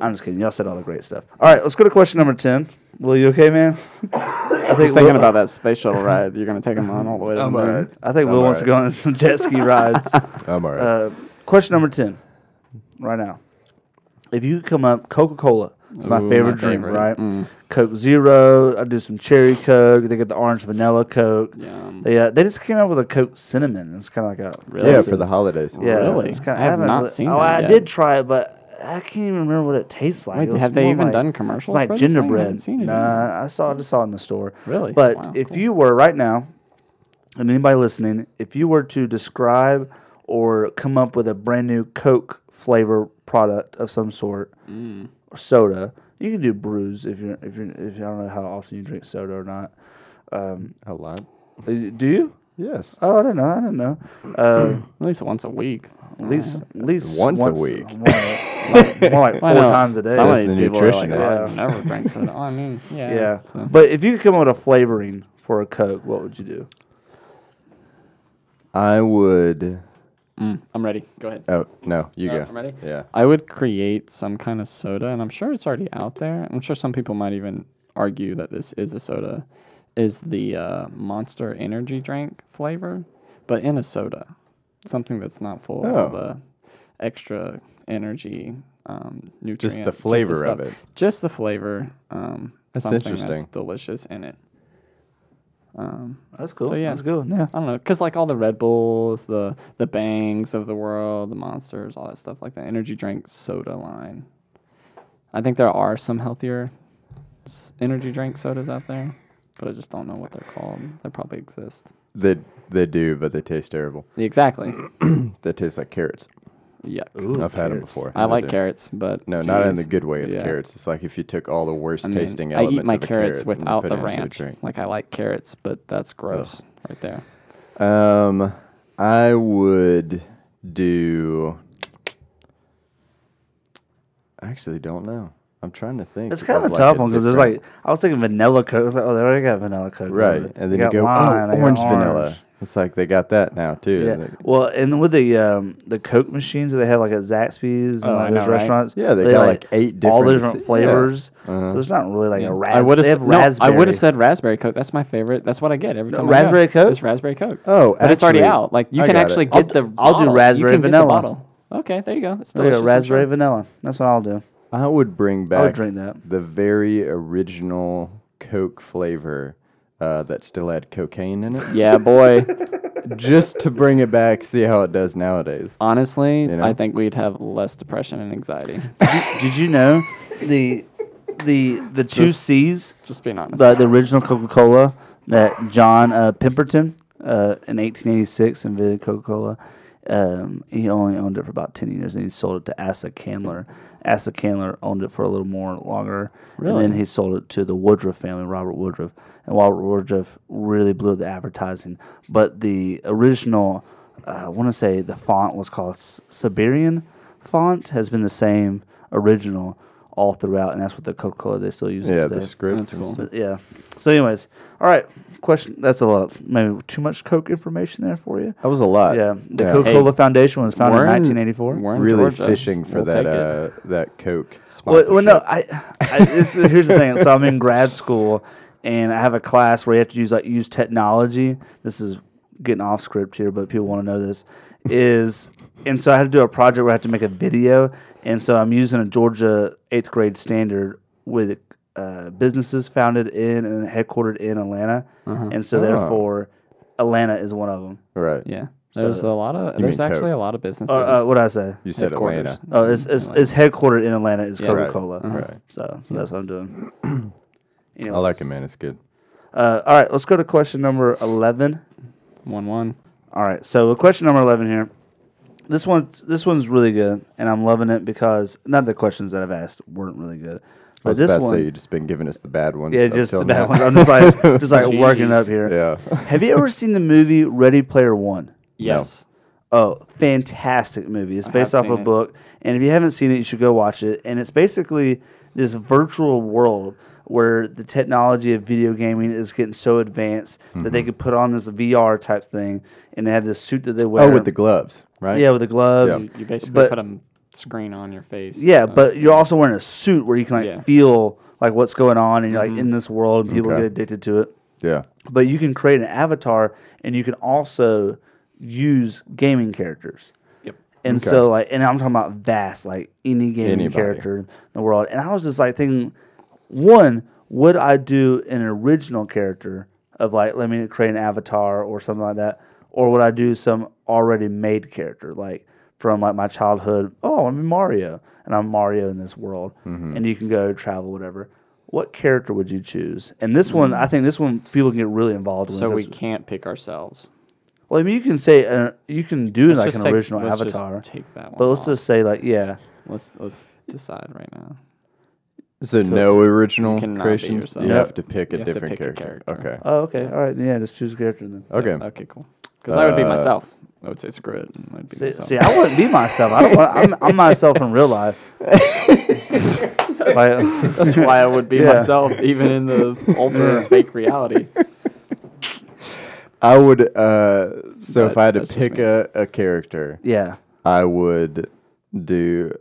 Speaker 1: I'm just kidding. Y'all said all the great stuff. All right, let's go to question number ten. Will you okay, man? I
Speaker 3: was thinking about that space shuttle ride. You're gonna take him on all the way to the moon.
Speaker 1: I think Will
Speaker 4: I'm
Speaker 1: wants to go on some jet ski rides.
Speaker 4: I'm all right.
Speaker 1: Uh, question number ten, right now. If you could come up, Coca Cola. It's my
Speaker 3: Ooh, my
Speaker 1: favorite drink,
Speaker 3: favorite.
Speaker 1: right? Coke Zero. I do some cherry Coke. They get the orange vanilla Coke.
Speaker 3: Yum.
Speaker 1: They uh, they just came out with a Coke cinnamon. It's kind of like a
Speaker 4: yeah,
Speaker 1: roasted-
Speaker 4: for the holidays.
Speaker 1: Yeah,
Speaker 3: Really?
Speaker 1: it's kinda-
Speaker 3: I have
Speaker 1: haven't
Speaker 3: not
Speaker 1: really-
Speaker 3: seen
Speaker 1: Oh,
Speaker 3: that
Speaker 1: I
Speaker 3: yet.
Speaker 1: did try it, but I can't even remember what it tastes like.
Speaker 3: Wait,
Speaker 1: It was
Speaker 3: have they
Speaker 1: more
Speaker 3: even
Speaker 1: like-
Speaker 3: done
Speaker 1: It's
Speaker 3: commercials?
Speaker 1: like
Speaker 3: for this thing? I haven't
Speaker 1: gingerbread.
Speaker 3: seen it anywhere.
Speaker 1: Nah, I saw it. I saw it in the store.
Speaker 3: Really?
Speaker 1: But
Speaker 3: Wow,
Speaker 1: if
Speaker 3: cool.
Speaker 1: you were right now, and anybody listening, if you were to describe or come up with a brand new Coke flavor product of some sort,
Speaker 3: Mm.
Speaker 1: or soda, you can do brews if you're if you're if I don't know how often you drink soda or not. Um,
Speaker 4: A lot.
Speaker 1: do you?
Speaker 4: Yes.
Speaker 1: Oh, I don't know. I don't know. Uh,
Speaker 3: at least once a week.
Speaker 1: At least, at least
Speaker 4: Once a week.
Speaker 1: More like, more like four
Speaker 3: Uh-huh. I know.
Speaker 1: times a day.
Speaker 3: Some of
Speaker 4: Says
Speaker 3: these
Speaker 4: the
Speaker 3: people are like,
Speaker 4: nutritionist.
Speaker 3: "Oh, I never drink soda. Oh, I mean, yeah.
Speaker 1: yeah.
Speaker 3: So,
Speaker 1: But if you could come up with a flavoring for a Coke, what would you do?
Speaker 4: I would.
Speaker 3: hmm, I'm ready. Go ahead.
Speaker 4: Oh no, you
Speaker 3: Uh,
Speaker 4: go.
Speaker 3: I'm ready?
Speaker 4: Yeah.
Speaker 3: I would create some kind of soda, and I'm sure it's already out there. I'm sure some people might even argue that this is a soda. Is the uh, Monster Energy drink flavor, but in a soda, something that's not full of
Speaker 4: Oh.
Speaker 3: the extra energy um, nutrients.
Speaker 4: the flavor of it.
Speaker 3: Just the flavor. Um,
Speaker 4: That's
Speaker 3: something That's
Speaker 4: interesting.
Speaker 3: delicious in it. Um,
Speaker 1: That's cool.
Speaker 3: So, yeah.
Speaker 1: That's good. Yeah.
Speaker 3: I don't know, cause like all the Red Bulls, the the Bangs of the world, the Monsters, all that stuff, like the energy drink soda line. I think there are some healthier s- energy drink sodas out there, but I just don't know what they're called. They probably exist.
Speaker 4: They they do, but they taste terrible.
Speaker 3: Exactly.
Speaker 4: They taste like carrots.
Speaker 3: Yuck.
Speaker 4: I've had them before.
Speaker 3: I
Speaker 4: and they
Speaker 3: like
Speaker 4: do.
Speaker 3: carrots, but
Speaker 4: No, not in the
Speaker 3: jeez.
Speaker 4: good way of
Speaker 3: Yeah.
Speaker 4: carrots. It's like if you took all the worst
Speaker 3: I mean,
Speaker 4: tasting
Speaker 3: I
Speaker 4: elements
Speaker 3: eat my
Speaker 4: of a
Speaker 3: carrots
Speaker 4: carrot and you
Speaker 3: without
Speaker 4: put
Speaker 3: the
Speaker 4: it into a
Speaker 3: ranch.
Speaker 4: drink.
Speaker 3: Like I like carrots, but that's gross right there.
Speaker 4: Um, I would do. I actually don't know. I'm trying to think.
Speaker 1: It's kind of a
Speaker 4: like,
Speaker 1: tough one because there's
Speaker 4: different-
Speaker 1: like I was thinking vanilla Coke. I was like, oh, they already got vanilla Coke.
Speaker 4: Right,
Speaker 1: They
Speaker 4: and then you
Speaker 1: got
Speaker 4: go, oh,
Speaker 1: lime, they got
Speaker 4: orange vanilla. It's like they got that now too.
Speaker 1: Yeah.
Speaker 4: Like,
Speaker 1: Well, and with the um, the Coke machines that they have like at Zaxby's and
Speaker 3: Oh,
Speaker 1: like
Speaker 3: I
Speaker 1: those
Speaker 3: know, right?
Speaker 1: restaurants,
Speaker 4: Yeah, they got, like, eight
Speaker 1: all the
Speaker 4: different- Uh-huh.
Speaker 1: different flavors. So there's not really like a ras-
Speaker 3: woulda
Speaker 1: they
Speaker 3: said-
Speaker 1: have
Speaker 3: no,
Speaker 1: raspberry.
Speaker 3: I would have said raspberry coke. That's my favorite. That's what I get every time. I go.
Speaker 1: raspberry Coke?
Speaker 3: It's raspberry coke.
Speaker 4: Oh,
Speaker 3: but it's already
Speaker 4: actually,
Speaker 3: out. Like you
Speaker 4: I
Speaker 3: can
Speaker 4: got it.
Speaker 3: actually
Speaker 4: I'll
Speaker 3: get the.
Speaker 1: I'll do
Speaker 3: bottle. You
Speaker 1: raspberry
Speaker 3: can get the
Speaker 1: vanilla.
Speaker 3: bottle. Okay, there you go. It's
Speaker 1: There you go,
Speaker 3: delicious. I'm
Speaker 1: raspberry
Speaker 3: sure.
Speaker 1: vanilla. That's what I'll do.
Speaker 4: I would bring back.
Speaker 1: I would drink that.
Speaker 4: the very original Coke flavor uh, that still had cocaine in it,
Speaker 3: Yeah, boy.
Speaker 4: just to bring it back, see how it does nowadays.
Speaker 3: Honestly,
Speaker 4: know?
Speaker 3: I think we'd have less depression and anxiety.
Speaker 1: Did you know the the the two C's
Speaker 3: Just being honest.
Speaker 1: the, the original Coca Cola that John uh, Pemberton uh, in 1886 invented Coca Cola. Um, he only owned it for about 10 years and he sold it to Asa Candler. Asa Candler owned it for a little more longer.
Speaker 3: Really?
Speaker 1: And then he sold it to the Woodruff family, Robert Woodruff. And Robert Woodruff really blew up the advertising. But the original, uh, I want to say the font was called S- Siberian font, has been the same original all throughout. And that's what the Coca Cola they still use
Speaker 4: yeah,
Speaker 1: today.
Speaker 4: the script.
Speaker 3: That's cool.
Speaker 1: But yeah. So, anyways, all right. Question. That's a lot. Maybe too much Coke information there for you.
Speaker 4: That was a lot.
Speaker 1: Yeah. The
Speaker 4: yeah.
Speaker 1: Coca Cola Foundation was founded
Speaker 3: we're
Speaker 1: in
Speaker 3: in-
Speaker 1: 1984.
Speaker 3: we're in
Speaker 4: Really
Speaker 3: Georgia.
Speaker 4: fishing for
Speaker 3: We'll
Speaker 4: that
Speaker 3: take it.
Speaker 4: uh, that Coke
Speaker 1: Well,
Speaker 4: sponsorship.
Speaker 1: well, no. I. I this, is- here's the thing. So I'm in grad school, and I have a class where you have to use like use technology. This is getting off script here, but people want to know this. Is and so I had to do a project where I had to make a video, and so I'm using a Georgia eighth grade standard with uh, businesses founded in and headquartered in Atlanta, and so therefore Atlanta is one of them.
Speaker 4: right.
Speaker 3: Yeah. There's a lot of. There's
Speaker 4: mean
Speaker 3: actually
Speaker 4: Coke.
Speaker 3: a lot of businesses.
Speaker 1: Or, uh, what did I say?
Speaker 4: You said
Speaker 3: headquarters.
Speaker 4: Atlanta.
Speaker 1: Oh, it's, it's, it's headquartered in Atlanta. It's
Speaker 3: Yeah.
Speaker 1: Coca
Speaker 3: Right.
Speaker 1: Cola.
Speaker 4: Right. Uh-huh.
Speaker 1: So, so that's what I'm doing.
Speaker 4: I like it, man. It's good.
Speaker 1: Uh, all right, let's go to question number 11.
Speaker 3: One one.
Speaker 1: All right, so with question number 11 here. This one's, this one's really good, and I'm loving it because none of the questions that I've asked weren't really good.
Speaker 4: I
Speaker 1: But
Speaker 4: was
Speaker 1: this
Speaker 4: about to say
Speaker 1: one,
Speaker 4: you just been giving us the bad ones.
Speaker 1: yeah,
Speaker 4: up
Speaker 1: just the
Speaker 4: till
Speaker 1: bad
Speaker 4: now.
Speaker 1: ones. I'm just like, just like working up here.
Speaker 4: Yeah. Oh,
Speaker 1: Have you ever seen the movie Ready Player One?
Speaker 3: Yes.
Speaker 1: Oh, fantastic movie. It's based
Speaker 3: have
Speaker 1: off a
Speaker 3: seen it.
Speaker 1: book. And if you haven't seen it, you should go watch it. And it's basically this virtual world where the technology of video gaming is getting so advanced that
Speaker 3: Mm-hmm.
Speaker 1: they could put on this VR type thing and they have this suit that they wear.
Speaker 4: Oh, with the gloves, right?
Speaker 1: Yeah, with the gloves.
Speaker 4: Yeah.
Speaker 3: You basically
Speaker 1: But-
Speaker 3: put a m- screen on your face.
Speaker 1: Yeah,
Speaker 3: Uh,
Speaker 1: but you're also wearing a suit where you can like
Speaker 3: Yeah. Mm-hmm.
Speaker 1: feel like what's going on and you're like in this world and people
Speaker 4: Okay.
Speaker 1: get addicted to it.
Speaker 4: Yeah.
Speaker 1: but you can create an avatar and you can also use gaming characters.
Speaker 3: Yep.
Speaker 1: And so like and I'm talking about vast, like any gaming
Speaker 4: Anybody.
Speaker 1: character in the world. And I was just like thinking, one, would I do an original character of like let me create an avatar or something like that? Or would I do some already made character like from like my childhood, oh I want to be Mario and I'm Mario in this world and you can go travel, whatever. What character would you choose? And this one, I think this one people can get really involved with.
Speaker 3: So we
Speaker 1: 'cause-
Speaker 3: can't pick ourselves.
Speaker 1: well, I mean, you can say uh, you can do
Speaker 3: Let's
Speaker 1: like
Speaker 3: just
Speaker 1: an
Speaker 3: take-
Speaker 1: original
Speaker 3: let's just
Speaker 1: avatar,
Speaker 3: take that one.
Speaker 1: but let's
Speaker 3: off.
Speaker 1: just say like yeah,
Speaker 3: let's let's decide right now.
Speaker 4: So no original
Speaker 3: cannot be
Speaker 4: creations.
Speaker 3: yourself.
Speaker 4: You have to pick a
Speaker 3: You have to
Speaker 4: different
Speaker 3: pick a character.
Speaker 4: Okay.
Speaker 1: Oh, okay. All right. Yeah, just choose a character then.
Speaker 4: Okay.
Speaker 3: Okay, cool. Because I would be
Speaker 4: Uh,
Speaker 3: myself. I would say screw it. And I'd be
Speaker 1: See,
Speaker 3: myself.
Speaker 1: see, I wouldn't be myself. I don't want. I'm, I'm myself in real life. Like,
Speaker 3: That's why I would be
Speaker 1: Yeah.
Speaker 3: myself, even in the alternate fake reality.
Speaker 4: I would. Uh, so if
Speaker 3: That-
Speaker 4: I had to
Speaker 3: that's just
Speaker 4: pick
Speaker 3: me.
Speaker 4: a, a character,
Speaker 1: yeah.
Speaker 4: I would do.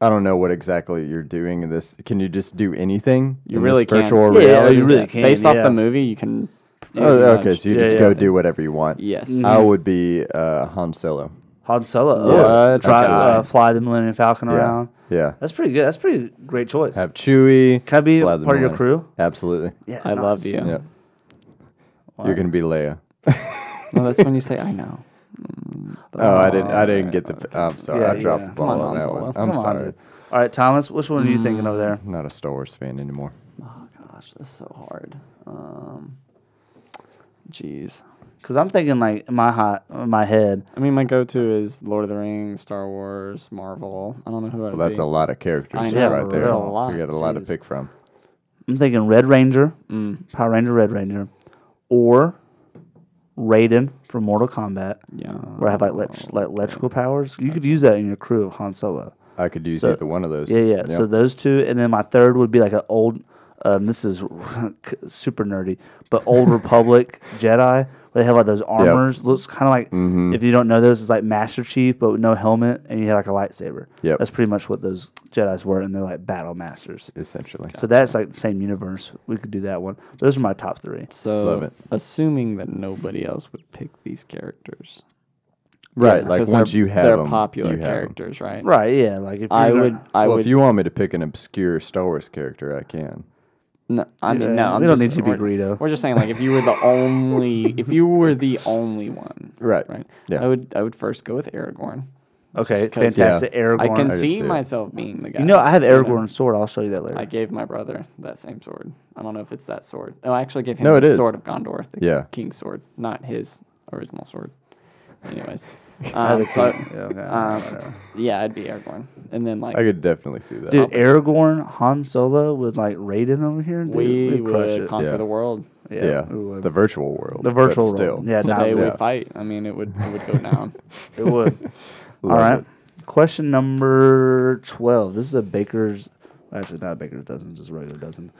Speaker 4: I don't know what exactly you're doing in this. Can you just do anything?
Speaker 3: You
Speaker 4: in
Speaker 3: really
Speaker 4: this
Speaker 3: can.
Speaker 4: virtual
Speaker 1: Yeah,
Speaker 4: reality.
Speaker 1: you really can,
Speaker 3: Based off
Speaker 1: yeah.
Speaker 3: the movie, you can.
Speaker 4: Oh,
Speaker 3: pretty
Speaker 4: okay, Mm.
Speaker 3: much
Speaker 4: so you
Speaker 1: Yeah,
Speaker 4: just
Speaker 1: yeah.
Speaker 4: go do whatever you want.
Speaker 3: Yes.
Speaker 4: I would be uh, Han Solo.
Speaker 1: Han Solo.
Speaker 4: Yeah,
Speaker 1: Oh, drive,
Speaker 4: absolutely.
Speaker 1: uh, fly the Millennium Falcon around.
Speaker 4: Yeah. yeah.
Speaker 1: That's pretty good. That's pretty great choice.
Speaker 4: Have Chewie.
Speaker 1: Can I be
Speaker 4: fly the
Speaker 1: part of your
Speaker 4: Millennium-
Speaker 1: crew?
Speaker 4: Absolutely.
Speaker 1: Yeah,
Speaker 3: I love you.
Speaker 4: Yeah. You're gonna be Leia.
Speaker 3: Well, that's when you say I know. Mm,
Speaker 4: Oh, I didn't. I didn't get the. I'm sorry.
Speaker 1: Yeah,
Speaker 4: I dropped
Speaker 1: yeah.
Speaker 4: the
Speaker 1: Come
Speaker 4: ball
Speaker 3: on,
Speaker 4: on
Speaker 3: Han
Speaker 4: that
Speaker 3: Solo.
Speaker 4: one.
Speaker 1: Come
Speaker 4: I'm
Speaker 1: on,
Speaker 4: sorry. Mm.
Speaker 1: dude. All right, Thomas. Which one are you thinking over there?
Speaker 4: I'm not a Star Wars fan anymore.
Speaker 3: Gosh, that's so hard. Um, jeez.
Speaker 1: Because I'm thinking like in my hot, in my head.
Speaker 3: I mean, my go-to is Lord of the Rings, Star Wars, Marvel. I don't know who. I'd
Speaker 4: Well, that's
Speaker 3: be.
Speaker 4: a lot of characters
Speaker 3: I
Speaker 4: just
Speaker 3: know,
Speaker 4: right
Speaker 1: for
Speaker 4: there.
Speaker 1: real.
Speaker 4: So you got a lot to pick from.
Speaker 1: I'm thinking Red Ranger,
Speaker 4: Mm.
Speaker 1: Power Ranger, Red Ranger, or Raiden from Mortal Kombat.
Speaker 3: Yeah.
Speaker 1: where I have like, elect- like electrical powers. You could use that in your crew of Han Solo.
Speaker 4: I could use
Speaker 1: So-
Speaker 4: either one of those.
Speaker 1: Yeah, yeah.
Speaker 4: Yeah.
Speaker 1: So those two, and then my third would be like an old, Um, this is super nerdy, but Old Republic Jedi. Where they have like those armors. Looks kind of like if you don't know those, it's like Master Chief, but with no helmet, and you have like a lightsaber.
Speaker 4: Yep.
Speaker 1: that's pretty much what those Jedi's were, and they're like battle masters.
Speaker 4: essentially.
Speaker 1: So that's like the same universe. We could do that one. Those are my top three.
Speaker 3: So,
Speaker 4: Love it.
Speaker 3: assuming that nobody else would pick these characters,
Speaker 4: Right, like
Speaker 3: 'Cause
Speaker 4: once
Speaker 3: they're-
Speaker 4: you have
Speaker 3: they're
Speaker 4: 'em,
Speaker 3: popular
Speaker 4: you have 'em.
Speaker 3: characters, right?
Speaker 1: Right? Yeah. Like if
Speaker 3: I
Speaker 1: you're
Speaker 3: would.
Speaker 1: gonna-
Speaker 3: I
Speaker 4: well,
Speaker 3: would.
Speaker 4: if you want me to pick an obscure Star Wars character, I can.
Speaker 3: No, I mean,
Speaker 1: Yeah,
Speaker 3: no. I'm
Speaker 1: we don't
Speaker 3: just-
Speaker 1: need you to be
Speaker 3: we're-
Speaker 1: Greedo.
Speaker 3: We're just saying, like, if you were the only, if you were the only one,
Speaker 4: Right.
Speaker 3: right?
Speaker 4: Yeah.
Speaker 3: I would. I would first go with Aragorn.
Speaker 1: Okay,
Speaker 3: 'cause-
Speaker 1: fantastic. Aragorn.
Speaker 3: I can
Speaker 4: could
Speaker 3: see
Speaker 4: see it.
Speaker 3: myself being the guy.
Speaker 1: you know, I have
Speaker 3: you know?
Speaker 1: Aragorn's sword. I'll show you that later.
Speaker 3: I gave my brother that same sword. I don't know if it's that sword. No, I actually gave him
Speaker 4: No, it
Speaker 3: the
Speaker 4: is.
Speaker 3: sword of Gondor, the
Speaker 4: Yeah.
Speaker 3: king's sword, not his original sword. Anyways, um, so I-
Speaker 1: yeah, okay.
Speaker 3: um, yeah, I'd be Aragorn, and then like
Speaker 4: I could definitely see that.
Speaker 1: Dude, Aragorn, Han Solo with like Raiden over here. Dude,
Speaker 3: we
Speaker 1: we'd crush
Speaker 3: would
Speaker 1: it.
Speaker 3: conquer
Speaker 4: Yeah.
Speaker 3: the world.
Speaker 4: yeah,
Speaker 1: we would.
Speaker 4: the virtual world.
Speaker 1: The
Speaker 4: but
Speaker 1: virtual world.
Speaker 4: still.
Speaker 1: Yeah, nah,
Speaker 3: Today
Speaker 1: it
Speaker 3: we
Speaker 4: Yeah.
Speaker 3: fight. I mean, it would it would go down.
Speaker 1: would. It would. All
Speaker 4: Love
Speaker 1: right.
Speaker 4: it.
Speaker 1: Question number 12. This is a baker's. Actually, not a baker's dozen, just a regular dozen.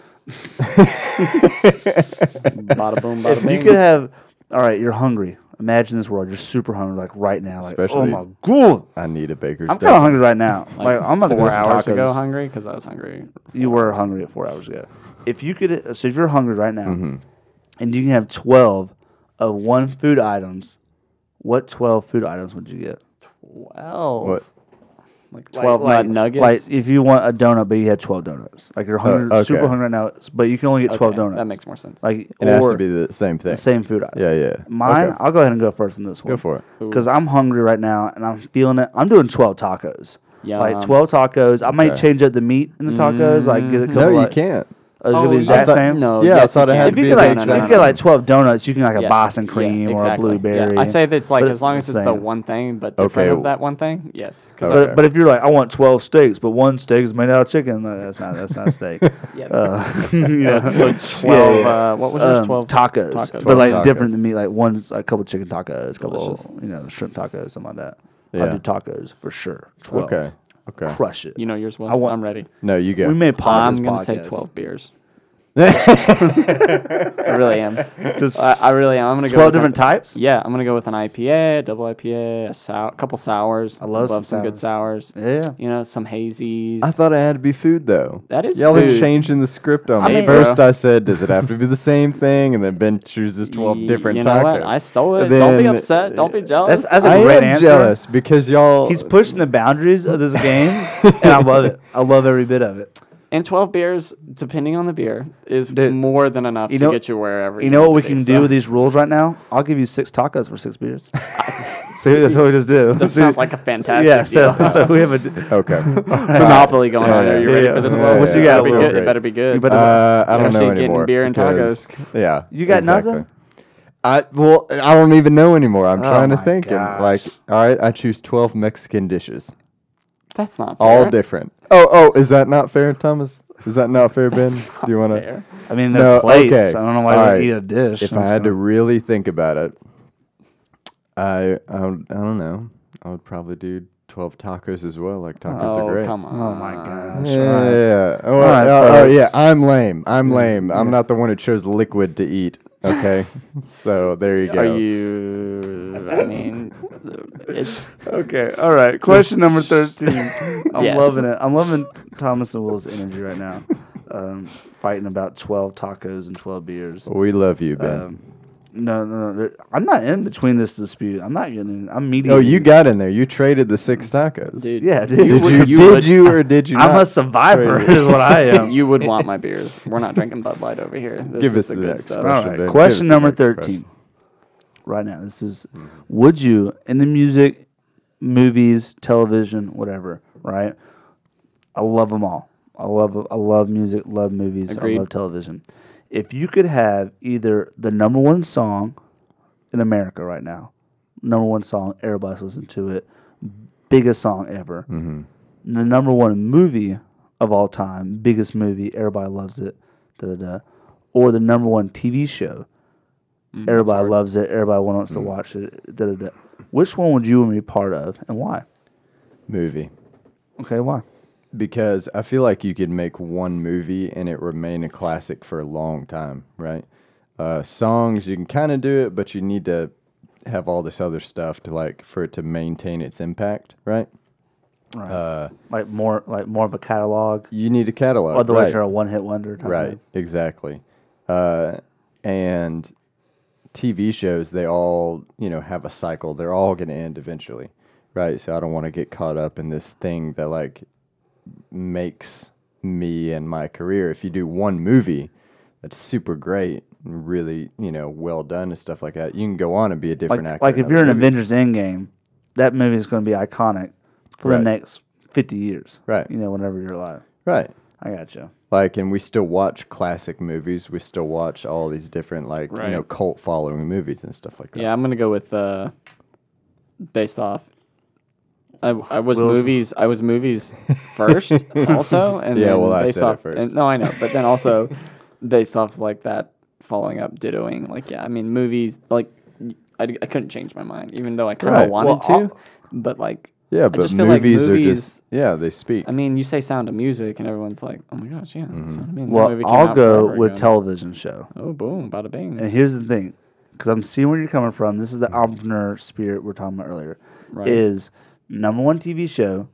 Speaker 3: bada boom, bada
Speaker 1: If
Speaker 3: bing.
Speaker 1: you could have. All right, you're hungry. Imagine this world. You're super hungry, like right now. Like, oh
Speaker 4: Especially-
Speaker 1: my God.
Speaker 4: I need a baker's.
Speaker 1: I'm kind of
Speaker 4: dozen.
Speaker 1: hungry right now. Like, I'm not going to
Speaker 3: four
Speaker 1: get some
Speaker 3: hours ago
Speaker 1: tacos.
Speaker 3: hungry because I was hungry.
Speaker 1: You were hungry at four hours ago. If you could, uh, so if you're hungry right now,
Speaker 4: Mm-hmm.
Speaker 1: and you can have twelve of one food items, what twelve food items would you get?
Speaker 3: Well,
Speaker 4: What?
Speaker 3: like twelve
Speaker 1: like,
Speaker 3: nut nuggets.
Speaker 1: Like if you want a donut, but you had twelve donuts. Like you're hungry,
Speaker 4: Uh, okay.
Speaker 1: super hungry right now, but you can only get
Speaker 3: Okay,
Speaker 1: twelve donuts.
Speaker 3: That makes more sense.
Speaker 1: like
Speaker 4: It
Speaker 1: or
Speaker 4: has to be the same thing.
Speaker 1: the same food item.
Speaker 4: Yeah, yeah.
Speaker 1: Mine, um,
Speaker 4: Okay.
Speaker 1: I'll go ahead and go first on this one.
Speaker 4: Go for it.
Speaker 1: Because I'm hungry right now and I'm feeling it. I'm doing 12 tacos. Yeah, Like
Speaker 3: Yum.
Speaker 1: 12 tacos. I might change up the meat in the tacos. Like get a couple
Speaker 4: No, you
Speaker 1: like-
Speaker 4: can't.
Speaker 1: Oh, it's going to be the
Speaker 3: you-
Speaker 1: exact
Speaker 3: Mm-hmm. I thought-
Speaker 1: same?
Speaker 3: No.
Speaker 4: Yeah, I
Speaker 3: yes,
Speaker 4: thought it
Speaker 3: can.
Speaker 4: had
Speaker 1: If
Speaker 4: to
Speaker 1: you
Speaker 4: be
Speaker 1: get
Speaker 4: the
Speaker 1: like,
Speaker 4: exact
Speaker 1: if
Speaker 4: same.
Speaker 1: you get like twelve donuts, you can like a Boston cream
Speaker 3: yeah,
Speaker 1: or
Speaker 3: exactly.
Speaker 1: a blueberry.
Speaker 3: Yeah. I say that's like
Speaker 1: But
Speaker 3: as long as
Speaker 1: the
Speaker 3: it's the
Speaker 1: same.
Speaker 3: one thing, but different
Speaker 4: Okay.
Speaker 3: of that one thing. Yes, 'cause
Speaker 1: But, but if you're like, I want twelve steaks, but one steak is made out of chicken. no, that's not that's not a steak.
Speaker 3: Yeah,
Speaker 1: uh, yeah.
Speaker 3: so twelve.
Speaker 1: yeah, yeah.
Speaker 3: Uh, what was yours?
Speaker 1: Um,
Speaker 3: twelve
Speaker 1: tacos,
Speaker 3: tacos.
Speaker 1: but like
Speaker 4: Tacos.
Speaker 1: different than me. Like one's a couple chicken tacos, a couple
Speaker 3: Delicious.
Speaker 1: you know shrimp tacos, something like that.
Speaker 4: Yeah.
Speaker 1: I'll do tacos for sure. Twelve.
Speaker 4: Okay. Okay.
Speaker 1: Crush it.
Speaker 3: You know yours well.
Speaker 1: I want-
Speaker 3: I'm ready.
Speaker 4: No, you go.
Speaker 1: we may pause
Speaker 3: I'm
Speaker 1: this
Speaker 3: gonna say
Speaker 1: podcast.
Speaker 3: twelve beers. I really am.
Speaker 1: Just
Speaker 3: I, I really am. I'm gonna go
Speaker 1: twelve
Speaker 3: with an-
Speaker 1: different types.
Speaker 3: Yeah, I'm gonna go with an IPA, a double IPA, a sou- couple sours. I
Speaker 1: love some
Speaker 3: good sours.
Speaker 1: Yeah.
Speaker 3: You know, some hazies.
Speaker 4: I thought it had to be food though.
Speaker 3: That is
Speaker 4: y'all
Speaker 3: food.
Speaker 4: are changing the script on me.
Speaker 1: mean-
Speaker 4: First, I said, "Does it have to be the same thing?" And then Ben chooses twelve different
Speaker 3: you know
Speaker 4: tacos.
Speaker 3: What? I stole it. Don't be
Speaker 4: Then-
Speaker 3: upset. Don't be jealous.
Speaker 1: uh, That's that's a
Speaker 4: I
Speaker 1: great
Speaker 4: am
Speaker 1: answer.
Speaker 4: jealous because y'all.
Speaker 1: He's pushing the boundaries of this game, and I love it. I love every bit of it.
Speaker 3: and 12 beers, depending on the beer, is more than enough
Speaker 1: you
Speaker 3: to
Speaker 1: know-
Speaker 3: get you wherever.
Speaker 1: You know what we
Speaker 3: need to
Speaker 1: can
Speaker 3: be,
Speaker 1: do
Speaker 3: so.
Speaker 1: with these rules right now? I'll give you six tacos for six beers. See, that's what we just do.
Speaker 3: That sounds like a fantastic
Speaker 1: yeah.
Speaker 3: deal.
Speaker 1: So, so we have a.
Speaker 4: okay. Uh,
Speaker 3: Monopoly going on.
Speaker 4: yeah,
Speaker 3: Are you
Speaker 4: yeah,
Speaker 3: ready
Speaker 1: yeah.
Speaker 3: for this
Speaker 1: Yeah,
Speaker 3: one? It
Speaker 4: yeah, yeah.
Speaker 3: better be
Speaker 4: We're
Speaker 3: good.
Speaker 4: great.
Speaker 3: It better be good.
Speaker 1: You better-
Speaker 4: Uh, I don't
Speaker 3: Actually
Speaker 4: know
Speaker 3: getting
Speaker 4: anymore.
Speaker 3: beer and
Speaker 4: because-
Speaker 3: tacos.
Speaker 4: Yeah.
Speaker 1: You got
Speaker 4: exactly.
Speaker 1: nothing?
Speaker 4: I well, I don't even know anymore.
Speaker 3: Oh
Speaker 4: I'm trying to
Speaker 1: my
Speaker 4: think. And like,
Speaker 1: gosh.
Speaker 4: all right, I choose twelve Mexican dishes,
Speaker 3: That's not fair.
Speaker 4: all different. Oh, oh, is that not fair, Thomas? Is that not fair, Ben? Do you want to?
Speaker 3: Fair.
Speaker 1: I mean, they're
Speaker 4: No,
Speaker 1: plates.
Speaker 4: okay.
Speaker 1: I don't know why
Speaker 4: All
Speaker 1: you eat
Speaker 4: right.
Speaker 1: a dish.
Speaker 4: If I had to really think about it, I I, would- I don't know. I would probably do twelve tacos as well. Like tacos are
Speaker 3: Oh,
Speaker 4: great.
Speaker 3: come on.
Speaker 1: Oh my gosh.
Speaker 4: Yeah, yeah. Oh,
Speaker 1: right,
Speaker 4: oh, oh,
Speaker 1: folks.
Speaker 4: yeah. I'm lame. I'm lame. I'm not the one who chose liquid to eat. Okay, so there you go.
Speaker 3: Are you. I mean, it's.
Speaker 1: Okay. All right. Question number 13. I'm
Speaker 3: Yes.
Speaker 1: loving it. I'm loving Thomas and Will's energy right now. Um, fighting about 12 tacos and 12 beers.
Speaker 4: We love you, Ben.
Speaker 1: Um, no, no, no. there- I'm not in between this dispute. I'm not getting. in. I'm mediating.
Speaker 4: no, Oh, you got in there. You traded the six tacos.
Speaker 3: Dude.
Speaker 1: Yeah, dude.
Speaker 4: Did you,
Speaker 3: would- you
Speaker 4: did
Speaker 3: would-
Speaker 4: you or did you
Speaker 1: I'm a
Speaker 4: not?
Speaker 1: survivor, is what I am.
Speaker 3: You would want my beers. We're not drinking Bud Light over here. This is
Speaker 4: Give us
Speaker 3: the
Speaker 4: the
Speaker 3: good
Speaker 4: next
Speaker 3: stuff.
Speaker 4: question.
Speaker 1: All right.
Speaker 4: Ben.
Speaker 1: Question
Speaker 4: Give us the
Speaker 1: number
Speaker 4: next question.
Speaker 1: 13. Right now, this is would you, in the music, movies, television, whatever, right? I love them all. I love I love music, love movies,
Speaker 3: Agreed.
Speaker 1: I love television. If you could have either the number one song in America right now, number one song, everybody's listening to it, biggest song ever, the number one movie of all time, biggest movie, everybody loves it, da da da, or the number one TV show, everybody loves it, everybody wants to watch it, da da da. Which one would you want to be part of, and why?
Speaker 4: Movie.
Speaker 1: Okay, why?
Speaker 4: because I feel like you could make one movie and it remain a classic for a long time, right? Uh, songs you can kind of do it, but you need to have all this other stuff to like for it to maintain its impact, right?
Speaker 1: like more like more of a catalog.
Speaker 4: You need a catalog.
Speaker 1: Otherwise,
Speaker 4: right.
Speaker 1: you're a one hit wonder. Type
Speaker 4: Right,
Speaker 1: thing.
Speaker 4: exactly. Uh, and TV shows, they all, you know, have a cycle. They're all going to end eventually, right? So I don't want to get caught up in this thing that like makes me and my career. If you do one movie that's super great and really, you know, well done and stuff like that, you can go on and be a different
Speaker 1: Like,
Speaker 4: actor.
Speaker 1: like
Speaker 4: in
Speaker 1: if
Speaker 4: other
Speaker 1: you're in Avengers
Speaker 4: movies.
Speaker 1: Endgame, that movie is going to be iconic for the
Speaker 4: Right.
Speaker 1: next fifty years.
Speaker 4: Right.
Speaker 1: You know, whenever you're alive.
Speaker 4: right?
Speaker 1: I got you.
Speaker 4: like and we still watch classic movies we still watch all these different like you know
Speaker 3: Right.
Speaker 4: cult following movies and stuff like that
Speaker 3: Yeah, I'm gonna go with uh, based off. I,
Speaker 4: Uh,
Speaker 3: I was movies. I was movies first, also, and
Speaker 4: Yeah,
Speaker 3: Then
Speaker 4: well, I
Speaker 3: based
Speaker 4: said it
Speaker 3: off,
Speaker 4: first.
Speaker 3: And, no, I know, but then also based off like that, following up, dittoing. Like, yeah, I mean, movies. Like, I, I couldn't change my mind, even though I kind of
Speaker 4: Right.
Speaker 3: wanted
Speaker 4: Well, uh,
Speaker 3: to. But like,
Speaker 4: yeah
Speaker 3: I
Speaker 4: but
Speaker 3: just feel like
Speaker 4: movies, are
Speaker 3: movies-
Speaker 4: just yeah they speak
Speaker 3: I mean, you say Sound of Music, and everyone's like, "Oh my gosh, yeah."
Speaker 4: Mm-hmm.
Speaker 3: Sound of Music. that
Speaker 1: Well,
Speaker 3: movie came
Speaker 1: I'll
Speaker 3: out
Speaker 1: go
Speaker 3: forever
Speaker 1: with
Speaker 3: ago.
Speaker 1: television show.
Speaker 3: Oh, boom, bada bing.
Speaker 1: And here's the thing, because I'm seeing where you're coming from. This
Speaker 4: Mm-hmm.
Speaker 1: is the entrepreneur spirit we are talking about earlier.
Speaker 3: Right.
Speaker 1: Is number one TV show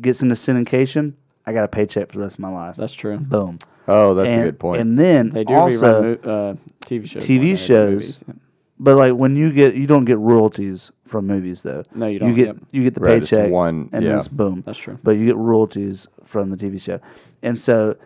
Speaker 1: gets into syndication. I got a paycheck for the rest of my life.
Speaker 3: That's true.
Speaker 1: Boom.
Speaker 4: oh that's
Speaker 1: and,
Speaker 4: a good point
Speaker 1: And then
Speaker 3: They do
Speaker 1: also,
Speaker 3: rerun mo- uh, TV shows.
Speaker 1: TV
Speaker 3: more than they do
Speaker 1: shows.
Speaker 3: movies, yeah.
Speaker 1: but like when you get, you don't get royalties from movies though.
Speaker 3: No, you don't,
Speaker 1: You get
Speaker 3: yep.
Speaker 1: you get the
Speaker 4: Right, it's
Speaker 1: paycheck
Speaker 4: one-
Speaker 1: and
Speaker 4: yeah.
Speaker 1: then it's boom.
Speaker 3: That's true.
Speaker 1: But you get royalties from the TV show, and so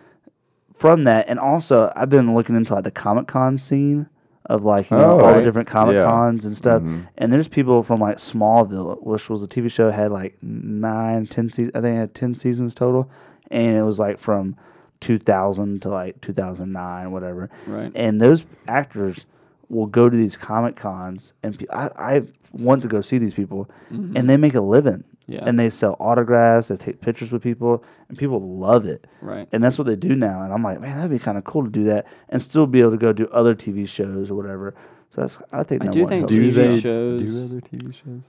Speaker 1: from that, and also I've been looking into like the Comic Con scene of like you know,
Speaker 4: Oh,
Speaker 1: all the
Speaker 4: right.
Speaker 1: different Comic
Speaker 4: Yeah.
Speaker 1: Cons and stuff.
Speaker 3: Mm-hmm.
Speaker 1: And there's people from like Smallville, which was a TV show had like nine, ten seasons. I think it had ten seasons total, and it was like from 2000 to like 2009, whatever.
Speaker 3: Right.
Speaker 1: And those actors will go to these Comic Cons, and pe- I, I want to go see these people, and they make a living.
Speaker 3: Mm-hmm. Yeah.
Speaker 1: And they sell autographs, they take pictures with people, and people love it.
Speaker 3: Right.
Speaker 1: And that's what they do now. And I'm like, man, that'd be kind of cool to do that and still be able to go do other TV shows or whatever. So that's, I think,
Speaker 3: I
Speaker 1: number
Speaker 3: do
Speaker 1: one
Speaker 3: think
Speaker 1: television.
Speaker 4: do
Speaker 3: TV
Speaker 4: they do
Speaker 3: shows-
Speaker 4: other tv shows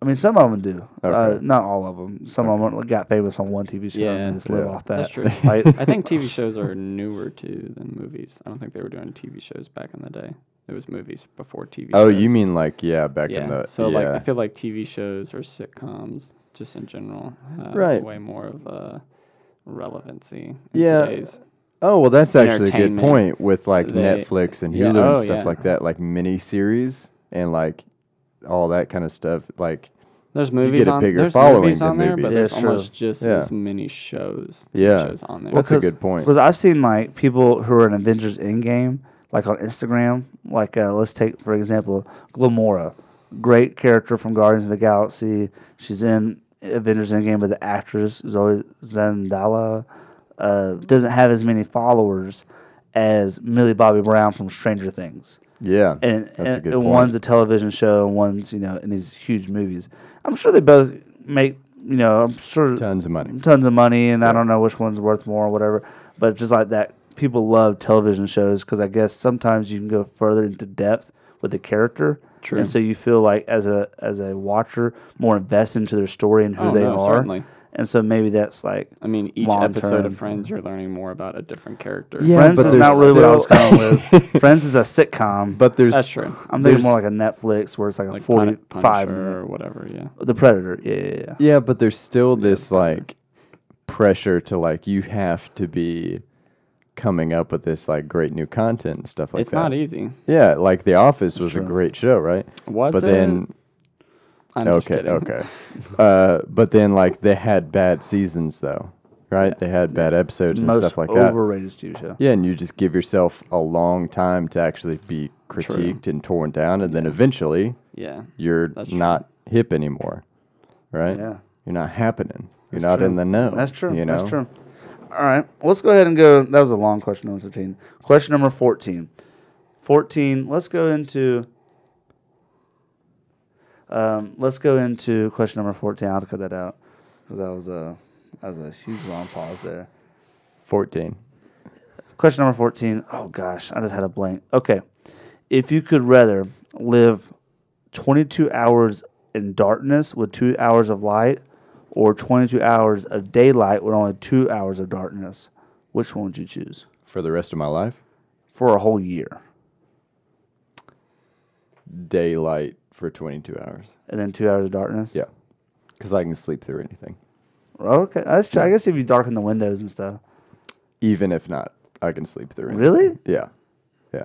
Speaker 1: I mean, some of them do. Uh,
Speaker 4: Okay.
Speaker 1: not all of them. Some of them got famous on one TV show
Speaker 3: Yeah.
Speaker 1: and just live
Speaker 4: Yeah.
Speaker 1: off that.
Speaker 3: That's true.
Speaker 1: Like,
Speaker 3: I think TV shows are newer too than movies. I don't think they were doing TV shows back in the day. It was movies before TV.
Speaker 4: oh
Speaker 3: shows.
Speaker 4: you mean like yeah back
Speaker 3: yeah?
Speaker 4: in the
Speaker 3: so
Speaker 4: yeah.
Speaker 3: like I feel like TV shows or sitcoms, just in general, have
Speaker 4: Right.
Speaker 3: way more of a relevancy. In
Speaker 4: Yeah,
Speaker 3: today's-
Speaker 4: oh well that's actually a good
Speaker 3: entertainment,
Speaker 4: point with like
Speaker 3: they-
Speaker 4: netflix and
Speaker 3: yeah,
Speaker 4: hulu and
Speaker 3: oh,
Speaker 4: stuff
Speaker 3: yeah.
Speaker 4: like that like mini series and like all that kind of stuff like
Speaker 3: There's movies
Speaker 4: a
Speaker 3: on
Speaker 4: bigger
Speaker 3: there's
Speaker 4: following
Speaker 3: movies
Speaker 4: than
Speaker 3: on there, but
Speaker 4: movies.
Speaker 3: there's
Speaker 1: That's true.
Speaker 3: almost just
Speaker 4: Yeah.
Speaker 3: as many shows. TV
Speaker 4: Yeah.
Speaker 3: shows on there.
Speaker 4: that's a good point
Speaker 1: Because I've seen like people who are in Avengers Endgame, like on Instagram, like uh, let's take for example Glamora, great character from Guardians of the Galaxy. She's in Avengers Endgame, but the actress Zoe Zendala uh, doesn't have as many followers as Millie Bobby Brown from Stranger Things
Speaker 4: yeah
Speaker 1: and,
Speaker 4: that's a
Speaker 1: and,
Speaker 4: good
Speaker 1: and
Speaker 4: point
Speaker 1: one's a television show and one's you know in these huge movies i'm sure they both make you know i'm sure
Speaker 4: Tons of money.
Speaker 1: tons of money and i don't know which one's worth more or whatever but just like that people love television shows because i guess sometimes you can go further into depth with the character
Speaker 3: True.
Speaker 1: and so you feel like as a as a watcher more invested into their story and who
Speaker 3: Oh,
Speaker 1: they
Speaker 3: no,
Speaker 1: are
Speaker 3: certainly.
Speaker 1: and so maybe that's like
Speaker 3: I mean, each
Speaker 1: long
Speaker 3: episode
Speaker 1: term.
Speaker 3: of Friends, you're learning more about a different character.
Speaker 4: Yeah,
Speaker 1: friends
Speaker 4: but
Speaker 1: is
Speaker 4: there's
Speaker 1: not really what i was
Speaker 4: still-
Speaker 1: going with friends is a sitcom
Speaker 4: but there's
Speaker 3: That's true.
Speaker 1: i'm thinking
Speaker 4: there's-
Speaker 1: more like a netflix where it's like a
Speaker 3: Like
Speaker 1: 45
Speaker 3: 45
Speaker 1: minute
Speaker 3: or whatever. Yeah.
Speaker 1: The Predator, yeah, yeah, yeah.
Speaker 4: Yeah, but there's still this like pressure to like you have to be coming up with this like great new content and stuff like
Speaker 3: it's
Speaker 4: that.
Speaker 3: not easy.
Speaker 4: Yeah, like The Office was a great show, right?
Speaker 3: Was
Speaker 4: but
Speaker 3: it?
Speaker 4: then
Speaker 3: I'm just
Speaker 4: okay,
Speaker 3: kidding.
Speaker 4: okay. uh, but then like they had bad seasons though, right? They had bad episodes and
Speaker 1: Most
Speaker 4: stuff like that.
Speaker 1: overrated TV show.
Speaker 4: Yeah, and you just give yourself a long time to actually be critiqued and torn down, and then eventually
Speaker 3: Yeah.
Speaker 4: you're
Speaker 3: That's true.
Speaker 4: not hip anymore, right?
Speaker 1: Yeah.
Speaker 4: You're not happening. You're not in the know.
Speaker 1: That's true.
Speaker 4: You know?
Speaker 1: That's true. All right, let's go ahead and go. That was a long question number thirteen. Question number fourteen. Fourteen. Let's go into. Um, let's go into question number fourteen. I have to cut that out because that was a that was a huge long pause there.
Speaker 4: 14.
Speaker 1: Question number 14. Oh, gosh. I just had a blank. Okay. If you could rather live 22 hours in darkness with two hours of light or 22 hours of daylight with only two hours of darkness, which one would you choose
Speaker 4: for the rest of my life.
Speaker 1: for a whole year?
Speaker 4: Daylight for 22 hours.
Speaker 1: And then two hours of darkness?
Speaker 4: Yeah, because I can sleep through anything,
Speaker 1: Okay, that's true. I guess if you darken the windows and stuff.
Speaker 4: even if not, I can sleep through. Anything.
Speaker 1: Really?
Speaker 4: Yeah, yeah.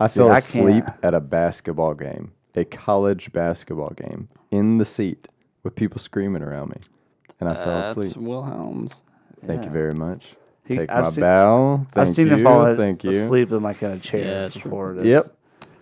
Speaker 4: I
Speaker 1: See,
Speaker 4: fell
Speaker 1: I
Speaker 4: asleep
Speaker 1: can't.
Speaker 4: at a basketball game, a college basketball game, in the seat with people screaming around me, and I fell
Speaker 3: That's
Speaker 4: asleep.
Speaker 3: Uh, Wilhelm's.
Speaker 4: Thank you very much.
Speaker 1: He-
Speaker 4: Take
Speaker 1: I've
Speaker 4: my
Speaker 1: seen-
Speaker 4: bow. Thank
Speaker 1: I've seen
Speaker 4: you.
Speaker 1: them fall a-
Speaker 4: Thank you.
Speaker 1: asleep in like in a chair
Speaker 3: Yeah, it's-
Speaker 1: before this.
Speaker 4: Yep.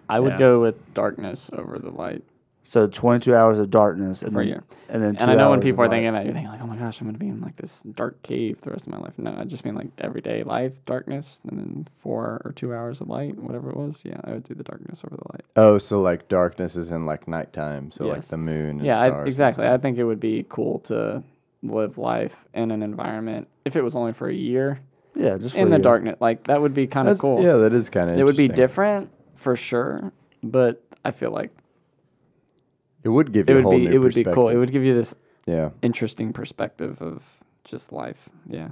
Speaker 3: I would
Speaker 1: Yeah.
Speaker 3: go with darkness over the light.
Speaker 1: So 22 hours of darkness and
Speaker 3: For
Speaker 1: then,
Speaker 3: you.
Speaker 1: and then
Speaker 3: and
Speaker 1: two
Speaker 3: I know when
Speaker 1: hours
Speaker 3: people
Speaker 1: of
Speaker 3: are
Speaker 1: light.
Speaker 3: thinking that, you're thinking like, "Oh my gosh, I'm going to be in like this dark cave the rest of my life." No, I just mean like everyday life, darkness, and then four or two hours of light, whatever it was. Yeah, I would do the darkness over the light.
Speaker 4: Oh, so like darkness is in like nighttime. So like
Speaker 3: Yes.
Speaker 4: the moon. And
Speaker 3: yeah,
Speaker 4: stars
Speaker 3: I,
Speaker 4: and
Speaker 3: exactly. I
Speaker 4: stuff.
Speaker 3: think it would be cool to live life in an environment if it was only for a year
Speaker 1: yeah, just
Speaker 3: in
Speaker 1: for
Speaker 3: the
Speaker 1: you.
Speaker 3: darkness. Like that would be kind of
Speaker 4: That's-
Speaker 3: cool.
Speaker 4: Yeah, that is kind of.
Speaker 3: it would be different for sure, but I feel like
Speaker 4: It would give
Speaker 3: it
Speaker 4: you a
Speaker 3: would
Speaker 4: whole
Speaker 3: be
Speaker 4: new
Speaker 3: it would be cool. It
Speaker 4: perspective.
Speaker 3: would give you this
Speaker 4: Yeah.
Speaker 3: interesting perspective of just life. Yeah.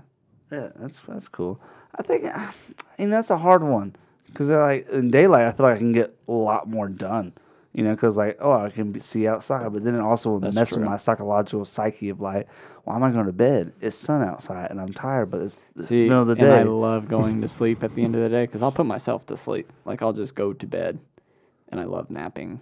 Speaker 1: Yeah, that's that's cool. I think, I mean, that's a hard one because like in daylight, I feel like I can get a lot more done. You know, because like, oh, I can be, see outside, but then it also would
Speaker 3: That's
Speaker 1: mess with
Speaker 3: true.
Speaker 1: my psychological psyche of like, why am I going to bed? It's sun outside and I'm tired, but it's, it's the
Speaker 3: See,
Speaker 1: middle of the
Speaker 3: and I
Speaker 1: day.
Speaker 3: love going to sleep at the end of the day because I'll put myself to sleep. Like I'll just go to bed, and I love napping.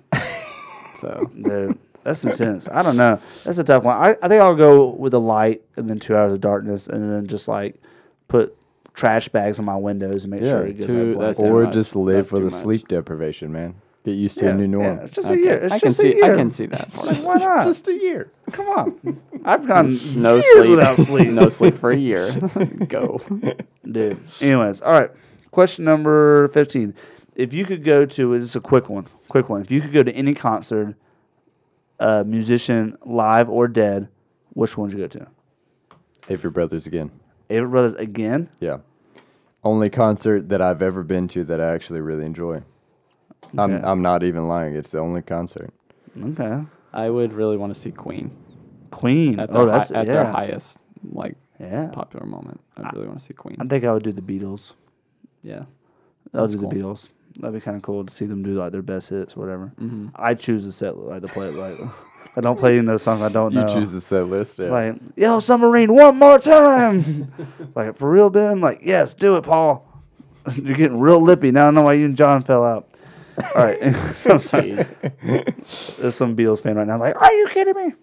Speaker 3: so
Speaker 1: Dude, that's intense. I don't know. That's a tough one. I, I think I'll go with the light and then two hours of darkness and then just like put trash bags on my windows and make sure
Speaker 4: Yeah,
Speaker 1: it gets
Speaker 3: two-
Speaker 1: like,
Speaker 3: that's
Speaker 1: blacked out.
Speaker 4: Or
Speaker 3: much.
Speaker 4: just live
Speaker 3: That's
Speaker 4: with
Speaker 3: too
Speaker 4: a
Speaker 3: much.
Speaker 4: sleep deprivation, man. Get used to
Speaker 1: yeah,
Speaker 4: a new
Speaker 1: yeah,
Speaker 4: norm.
Speaker 1: it's just
Speaker 3: okay.
Speaker 1: a year. It's
Speaker 3: I
Speaker 1: just
Speaker 3: can
Speaker 1: a
Speaker 3: see
Speaker 1: year.
Speaker 3: I can see that. part.
Speaker 1: Like, why not?
Speaker 4: a year.
Speaker 1: Come on. I've gone
Speaker 3: no
Speaker 1: years
Speaker 3: sleep
Speaker 1: without sleep.
Speaker 3: no sleep for a year. go.
Speaker 1: Dude. Anyways, all right. Question number 15. If you could go to, this is a quick one, quick one. If you could go to any concert, uh, musician, live or dead, which one would you go to?
Speaker 4: Avery Brothers again.
Speaker 1: Avid Brothers again?
Speaker 4: Yeah. Only concert that I've ever been to that I actually really enjoy. I'm
Speaker 1: Okay.
Speaker 4: I'm not even lying. It's the only concert.
Speaker 1: Okay.
Speaker 3: I would really want to see Queen
Speaker 1: Queen.
Speaker 3: at their,
Speaker 1: oh, that's
Speaker 3: hi- at
Speaker 1: yeah.
Speaker 3: their highest like
Speaker 1: Yeah.
Speaker 3: popular moment. I'd really want to see Queen.
Speaker 1: I think I would do the Beatles. I
Speaker 3: Yeah.
Speaker 1: would
Speaker 3: That's
Speaker 1: do the
Speaker 3: cool.
Speaker 1: Beatles. That'd be kind of cool to see them do like their best hits, whatever.
Speaker 3: hmm
Speaker 1: I choose the set like to play it like. I don't play any of those songs I don't
Speaker 4: You
Speaker 1: know.
Speaker 4: choose the set list.
Speaker 1: It's
Speaker 4: yeah.
Speaker 1: like, yo, submarine, one more time. like, for real, Ben? Like, yes, do it, Paul. You're getting real lippy. Now I know why you and John fell out. All right. So- so- There's some Beatles fan right now. Like, are you kidding me?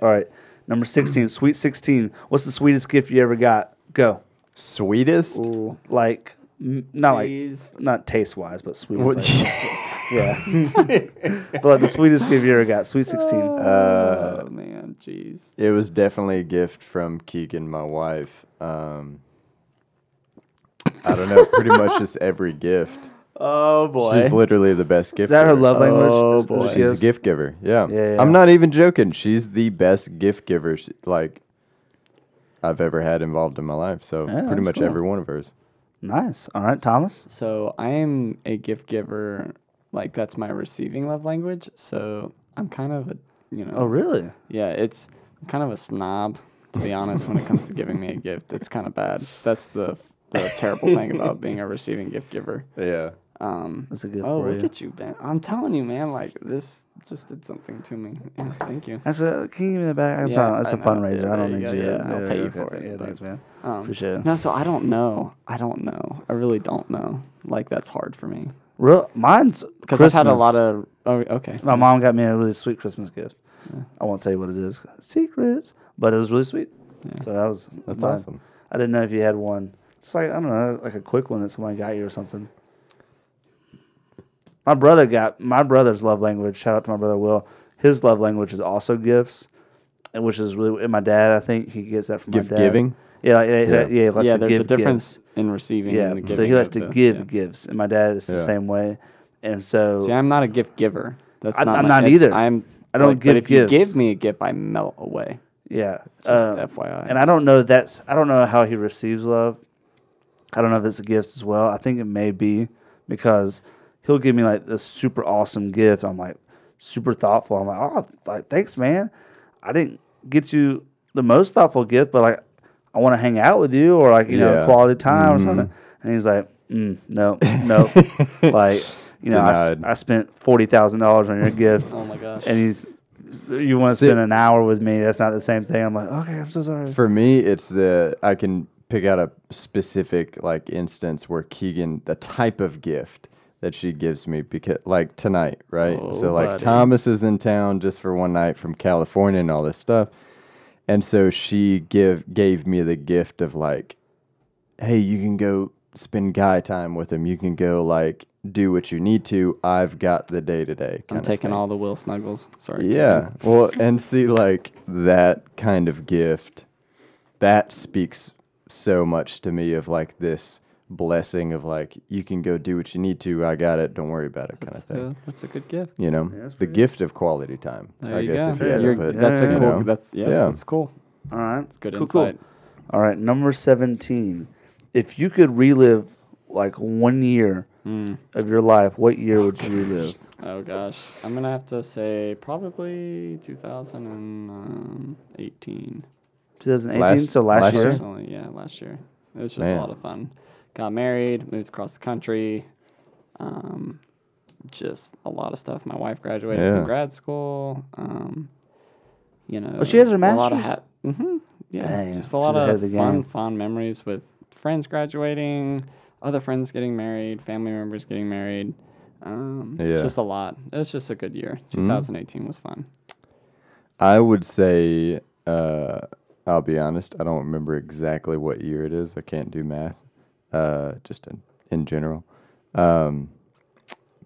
Speaker 1: All right. Number 16, Sweet 16. What's the sweetest gift you ever got? Go.
Speaker 4: Sweetest.
Speaker 3: Ooh.
Speaker 1: Like, n- not like,
Speaker 3: Please.
Speaker 1: not taste wise, but sweet.
Speaker 4: What-
Speaker 1: It's like- yeah. but like, the sweetest gift you ever got, Sweet 16.
Speaker 4: Uh,
Speaker 1: uh,
Speaker 3: oh man, jeez.
Speaker 4: It was definitely a gift from Keegan, my wife. Um, I don't know, pretty much just every gift.
Speaker 3: Oh boy.
Speaker 4: She's literally the best gift.
Speaker 1: Is that her
Speaker 4: giver.
Speaker 1: love language?
Speaker 3: Oh,
Speaker 1: Is it
Speaker 3: boy.
Speaker 1: she
Speaker 4: She's
Speaker 1: is?
Speaker 4: a gift giver. Yeah.
Speaker 1: Yeah, yeah, yeah.
Speaker 4: I'm not even joking. She's the best gift giver she, like I've ever had involved in my life. So
Speaker 1: Yeah,
Speaker 4: pretty
Speaker 1: that's
Speaker 4: much
Speaker 1: cool.
Speaker 4: every one of hers.
Speaker 1: Nice. All right, Thomas.
Speaker 3: So I am a gift giver, like that's my receiving love language. So I'm kind of a, you know,
Speaker 1: Oh, really?
Speaker 3: yeah, it's I'm kind of a snob to be honest when it comes to giving me a gift. It's kind of bad. That's the the terrible thing about being a receiving gift giver.
Speaker 4: Yeah.
Speaker 3: Um,
Speaker 1: That's a gift
Speaker 3: oh,
Speaker 1: for
Speaker 3: look
Speaker 1: you.
Speaker 3: at you, Ben. I'm telling you, man. Like this just did something to me. Yeah, thank you.
Speaker 1: Actually, can you give me the bag?
Speaker 3: Yeah,
Speaker 1: Yeah, it's
Speaker 3: I
Speaker 1: a
Speaker 3: know.
Speaker 1: fundraiser.
Speaker 3: Yeah,
Speaker 1: I don't
Speaker 3: there
Speaker 1: need you.
Speaker 3: you go. Yeah,
Speaker 1: to-
Speaker 3: I'll pay you for
Speaker 1: okay.
Speaker 3: it.
Speaker 1: Yeah, thanks, man.
Speaker 3: Um,
Speaker 1: Appreciate it.
Speaker 3: No, so I don't know. I don't know. I really don't know. Like that's hard for me
Speaker 1: Real, mine's
Speaker 3: because I've had a lot
Speaker 1: Christmas.
Speaker 3: of. Oh, okay.
Speaker 1: My mom got me a really sweet Christmas gift. I won't tell you what it is, secrets, but it was really sweet.
Speaker 3: Yeah.
Speaker 1: So that was
Speaker 4: That's
Speaker 1: mine.
Speaker 4: awesome.
Speaker 1: I didn't know if you had one. Just like I don't know, like a quick one that someone got you or something. My brother got my brother's love language. Shout out to my brother Will. His love language is also gifts, and which is really and my dad. I think he gets that from
Speaker 4: Gift
Speaker 1: my dad.
Speaker 4: giving.
Speaker 1: Yeah, like, yeah, yeah.
Speaker 4: Yeah.
Speaker 1: He likes
Speaker 3: yeah,
Speaker 1: to
Speaker 3: there's
Speaker 1: give
Speaker 3: a difference
Speaker 1: gifts.
Speaker 3: in receiving.
Speaker 1: Yeah,
Speaker 3: and the giving
Speaker 1: so he likes
Speaker 3: of
Speaker 1: to
Speaker 3: the-
Speaker 1: give
Speaker 3: yeah.
Speaker 1: gifts, and my dad is the
Speaker 4: Yeah.
Speaker 1: same way. And so,
Speaker 3: See, I'm not a gift giver. That's
Speaker 1: I-
Speaker 3: not.
Speaker 1: I'm
Speaker 3: my-
Speaker 1: not
Speaker 3: that's-
Speaker 1: either.
Speaker 3: I'm.
Speaker 1: I don't
Speaker 3: like,
Speaker 1: give
Speaker 3: But if
Speaker 1: gifts.
Speaker 3: you give me a gift, I melt away.
Speaker 1: yeah,
Speaker 3: Just
Speaker 1: uh,
Speaker 3: FYI.
Speaker 1: and I don't know. That's I don't know how he receives love. I don't know if it's gifts as well. I think it may be because he'll give me like this super awesome gift. I'm like super thoughtful. I'm like, oh, like thanks, man. I didn't get you the most thoughtful gift, but like I want to hang out with you or like you know
Speaker 4: Yeah.
Speaker 1: quality time or something. And he's like, mm, no, no, like you know, I, s-
Speaker 4: Denied.
Speaker 1: I spent forty thousand dollars on your gift.
Speaker 3: Oh my gosh.
Speaker 1: and he's you want to
Speaker 4: See-
Speaker 1: spend an hour with me? That's not the same thing. I'm like, okay, I'm so
Speaker 3: Mm.
Speaker 1: sorry.
Speaker 4: For me, it's the I can pick out a specific like instance where Keegan the type of gift that she gives me because like tonight, right? so like
Speaker 3: Oh, buddy.
Speaker 4: Thomas is in town just for one night from California and all this stuff. And so she give gave me the gift of like hey, you can go spend guy time with him. You can go like do what you need to. I've got the day to day.
Speaker 3: I'm taking all the Will Snuggles. Sorry.
Speaker 4: Yeah. Well, and see, like that kind of gift, that speaks so much to me of like this blessing of like you can go do what you need to. I got it. Don't worry about it, kind of
Speaker 3: That's
Speaker 4: thing.
Speaker 3: a, that's a good gift.
Speaker 4: You know, the gift of quality time.
Speaker 3: There
Speaker 4: I
Speaker 3: you
Speaker 4: guess
Speaker 3: go.
Speaker 4: if you had
Speaker 3: You're-
Speaker 4: to put.
Speaker 3: that's
Speaker 4: you
Speaker 3: a cool.
Speaker 4: know.
Speaker 3: That's yeah,
Speaker 4: Yeah.
Speaker 3: That's cool.
Speaker 1: All right,
Speaker 3: Good
Speaker 1: Cool, cool.
Speaker 3: insight.
Speaker 1: All right, number 17. If you could relive like one year
Speaker 3: Mm.
Speaker 1: of your life, what year would you relive?
Speaker 3: Oh gosh, I'm gonna have to say probably um, 2018.
Speaker 1: 2018,
Speaker 4: Last-
Speaker 1: so last,
Speaker 4: last
Speaker 1: year.
Speaker 4: year?
Speaker 3: Personally, yeah, last year it was just
Speaker 4: Man.
Speaker 3: a lot of fun. Got married, moved across the country, um, just a lot of stuff. My wife graduated
Speaker 4: Yeah.
Speaker 3: from grad school. Um, you know,
Speaker 1: Oh, she has her master's?
Speaker 3: hmm yeah,
Speaker 1: Dang,
Speaker 3: just a
Speaker 1: she's
Speaker 3: lot
Speaker 1: ahead
Speaker 3: of
Speaker 1: of the game.
Speaker 3: fun, fond memories with friends graduating, other friends getting married, family members getting married. Um,
Speaker 4: Yeah.
Speaker 3: just a lot. It was just a good year.
Speaker 1: Hmm?
Speaker 3: 2018 was fun.
Speaker 4: I would say, uh, I'll be honest, I don't remember exactly what year it is. I can't do math, uh, just in, in general. Um,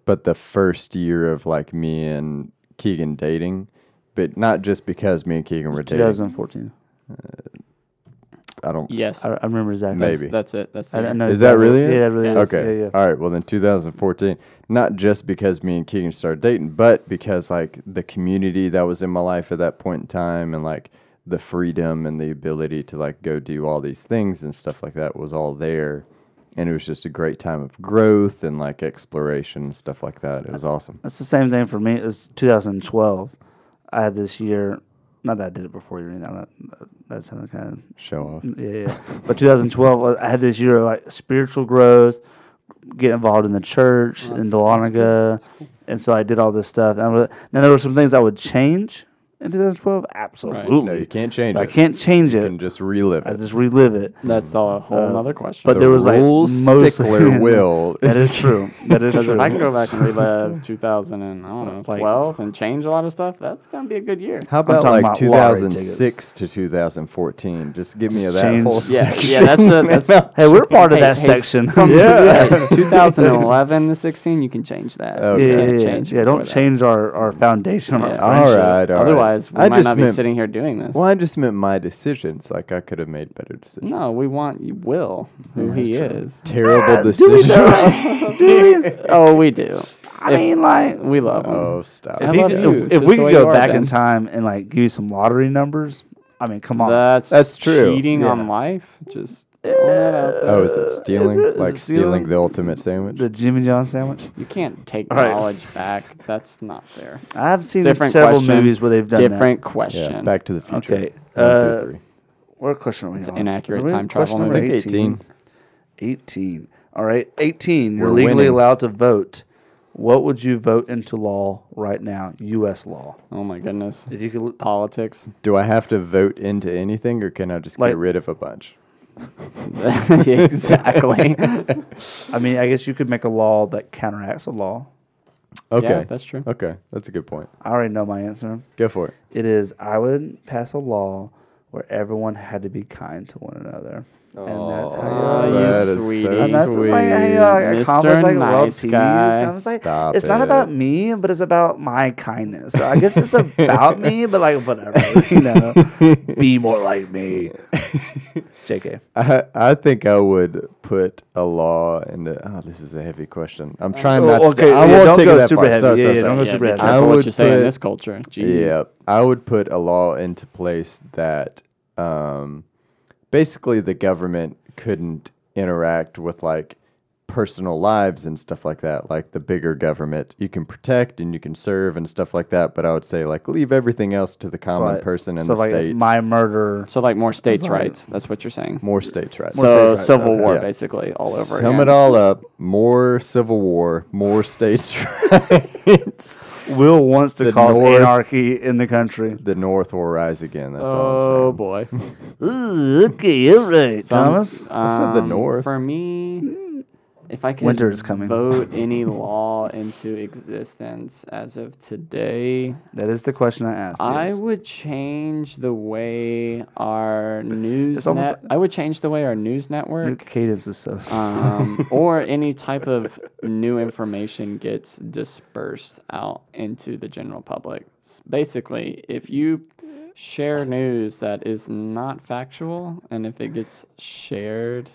Speaker 4: but the first year of like me and Keegan dating, but not just because me and Keegan were dating.
Speaker 1: 2014.
Speaker 4: I don't.
Speaker 3: Yes,
Speaker 1: I, I remember exactly.
Speaker 4: Maybe.
Speaker 3: that's it. That's
Speaker 1: I,
Speaker 3: it.
Speaker 1: I know
Speaker 4: Is that
Speaker 1: exactly-
Speaker 4: really it?
Speaker 1: Yeah, that really is.
Speaker 4: Okay.
Speaker 1: Yeah, yeah.
Speaker 4: All right. Well, then 2014, not just because me and Keegan started dating, but because like the community that was in my life at that point in time and like the freedom and the ability to like go do all these things and stuff like that was all there. And it was just a great time of growth and like exploration and stuff like that. It was awesome.
Speaker 1: That's the same thing for me. It was 2012. I had this year, not that I did it before you or anything. That, that sounded kind of
Speaker 4: Show off.
Speaker 1: Yeah, yeah. But 2012, I had this year of like spiritual growth, get involved in the church
Speaker 3: Oh,
Speaker 1: in
Speaker 3: that's- that's cool.
Speaker 1: Dahlonega,
Speaker 3: That's cool.
Speaker 1: and so I did all this stuff. And I was, now there were some things I would change in 2012. Absolutely,
Speaker 4: No, you can't change
Speaker 1: I
Speaker 4: it.
Speaker 1: can't change
Speaker 4: You
Speaker 1: it.
Speaker 4: can just relive
Speaker 1: I
Speaker 4: it.
Speaker 1: just relive it.
Speaker 3: That's a whole
Speaker 1: Uh,
Speaker 3: nother question.
Speaker 1: but
Speaker 4: the
Speaker 1: there was, like,
Speaker 4: rule
Speaker 1: most-
Speaker 4: stickler will.
Speaker 1: That is true. That is
Speaker 3: Because if
Speaker 1: true.
Speaker 3: I can go back and relive 2000 and I don't know
Speaker 1: Like-
Speaker 3: 12 and change a lot of stuff, that's gonna be a good year.
Speaker 4: How about
Speaker 1: talking
Speaker 4: like
Speaker 1: about lottery tickets.
Speaker 4: 2006 to 2014? Just give me
Speaker 1: Just
Speaker 4: that
Speaker 1: change-
Speaker 4: whole
Speaker 3: Yeah,
Speaker 4: section.
Speaker 3: yeah, that's a that's
Speaker 1: hey, we're part of
Speaker 3: Hey,
Speaker 1: that
Speaker 3: hey,
Speaker 1: section.
Speaker 4: Yeah.
Speaker 3: 2011 to 16. You can change that.
Speaker 4: Okay.
Speaker 1: yeah,
Speaker 3: You
Speaker 1: yeah,
Speaker 3: can't
Speaker 1: yeah,
Speaker 3: change.
Speaker 1: yeah,
Speaker 3: before
Speaker 1: Don't
Speaker 3: that.
Speaker 1: change our, our foundation. of Our
Speaker 3: Yeah.
Speaker 4: All
Speaker 1: friendship.
Speaker 4: right, all right.
Speaker 3: Otherwise, we
Speaker 4: I
Speaker 3: might
Speaker 4: just
Speaker 3: not be
Speaker 4: meant-
Speaker 3: sitting here doing this.
Speaker 4: Well, I just meant my decisions. Like I could have made better decisions.
Speaker 3: No, we want you Will, who he is.
Speaker 4: Terrible decisions.
Speaker 3: Oh, we do.
Speaker 1: I mean, like,
Speaker 3: We love him.
Speaker 4: oh, stop.
Speaker 3: I
Speaker 1: if, he
Speaker 3: love
Speaker 1: could-
Speaker 3: you,
Speaker 1: if- if
Speaker 3: just
Speaker 1: we
Speaker 3: the
Speaker 1: could
Speaker 3: way
Speaker 1: go
Speaker 3: you are,
Speaker 1: back in
Speaker 3: Ben.
Speaker 1: time and like give you some lottery numbers, I mean, come on.
Speaker 3: that's
Speaker 4: That's true.
Speaker 3: Cheating
Speaker 1: Yeah.
Speaker 3: on life, just throwing that out there.
Speaker 4: Oh, is it stealing?
Speaker 1: it- is
Speaker 4: like
Speaker 1: it
Speaker 4: stealing?
Speaker 1: stealing?
Speaker 4: the ultimate sandwich?
Speaker 1: the Jimmy John sandwich.
Speaker 3: you can't take
Speaker 1: right.
Speaker 3: knowledge back. That's not fair.
Speaker 1: I've seen
Speaker 3: Different
Speaker 1: several
Speaker 3: question.
Speaker 1: movies where they've done
Speaker 3: Different
Speaker 4: Yeah.
Speaker 3: question.
Speaker 4: Back to the future.
Speaker 1: Okay,
Speaker 4: One through
Speaker 1: uh,
Speaker 4: three.
Speaker 1: That. What question are we on?
Speaker 3: inaccurate
Speaker 1: Is it
Speaker 3: time
Speaker 1: question
Speaker 3: travel
Speaker 1: number
Speaker 4: movie. I think
Speaker 1: 18. 18. All right, 18. You're
Speaker 4: We're
Speaker 1: legally
Speaker 4: winning.
Speaker 1: allowed to vote. What would you vote into law right now? U.S. law.
Speaker 3: Oh my goodness.
Speaker 1: If you could,
Speaker 3: Politics.
Speaker 4: Do I have to vote into anything, or can I just
Speaker 1: Like-
Speaker 4: get rid of a bunch?
Speaker 3: exactly.
Speaker 1: I mean, I guess you could make a law that counteracts a law.
Speaker 4: Okay,
Speaker 3: Yeah, that's true.
Speaker 4: okay, that's a good point.
Speaker 1: I already know my answer.
Speaker 4: Go for it.
Speaker 1: It is I would pass a law where everyone had to be kind to one another, and that's how you
Speaker 3: Aw,
Speaker 1: vote.
Speaker 3: you
Speaker 4: That is
Speaker 3: sweetie.
Speaker 1: And that's
Speaker 4: sweet.
Speaker 1: just like, hey, uh,
Speaker 3: Mr.
Speaker 1: accomplished, like, world
Speaker 3: Nice
Speaker 1: peace.
Speaker 3: Guy.
Speaker 1: I was like,
Speaker 4: Stop
Speaker 1: it's not
Speaker 4: it.
Speaker 1: about me, but it's about my kindness. So I guess it's about me, but like, whatever, you know, be more like me. JK.
Speaker 4: I, I think I would put a law in the. Oh, this is a heavy question. I'm trying not to.
Speaker 1: Oh, okay,
Speaker 4: I
Speaker 1: yeah,
Speaker 4: won't
Speaker 1: don't
Speaker 4: take
Speaker 1: go
Speaker 4: it that
Speaker 1: super
Speaker 4: far.
Speaker 1: heavy.
Speaker 4: Sorry,
Speaker 1: Yeah,
Speaker 4: sorry,
Speaker 1: yeah,
Speaker 4: sorry.
Speaker 1: don't go
Speaker 3: Uh, Yeah,
Speaker 1: super
Speaker 3: be
Speaker 1: heavy.
Speaker 3: careful
Speaker 4: I
Speaker 3: what
Speaker 4: would
Speaker 3: you say in
Speaker 4: put-
Speaker 3: this culture. Jeez.
Speaker 4: Yeah, I would put a law into place that um, basically the government couldn't interact with like personal lives and stuff like that. Like the bigger government, you can protect and you can serve and stuff like that. But I would say like leave everything else to the common
Speaker 1: like-
Speaker 4: person in
Speaker 1: so
Speaker 4: the
Speaker 1: like if
Speaker 4: states.
Speaker 1: my murder.
Speaker 3: So like more states' rights. That's what you're saying.
Speaker 4: More states' rights.
Speaker 1: states'
Speaker 3: So
Speaker 1: rights,
Speaker 3: civil
Speaker 1: okay.
Speaker 3: war,
Speaker 4: Yeah.
Speaker 3: basically, all over.
Speaker 4: Sum
Speaker 3: again.
Speaker 4: it all up: more civil war, more states' rights.
Speaker 1: Will wants to
Speaker 4: The
Speaker 1: cause
Speaker 4: North-
Speaker 1: anarchy in the country.
Speaker 4: The North will rise again. That's all
Speaker 3: Oh
Speaker 4: I'm saying.
Speaker 3: boy,
Speaker 1: Ooh, okay, all right, Thomas.
Speaker 3: Um,
Speaker 4: said the North.
Speaker 3: For me, if I could
Speaker 1: Winter is coming.
Speaker 3: vote any law into existence as of today,
Speaker 1: That is the question I asked.
Speaker 3: I
Speaker 1: yes.
Speaker 3: would change the way our news.
Speaker 1: almost
Speaker 3: Net- I would change the way our news network.
Speaker 1: Cadence is so.
Speaker 3: um, or any type of new information gets dispersed out into the general public. S- Basically, if you share news that is not factual and if it gets shared,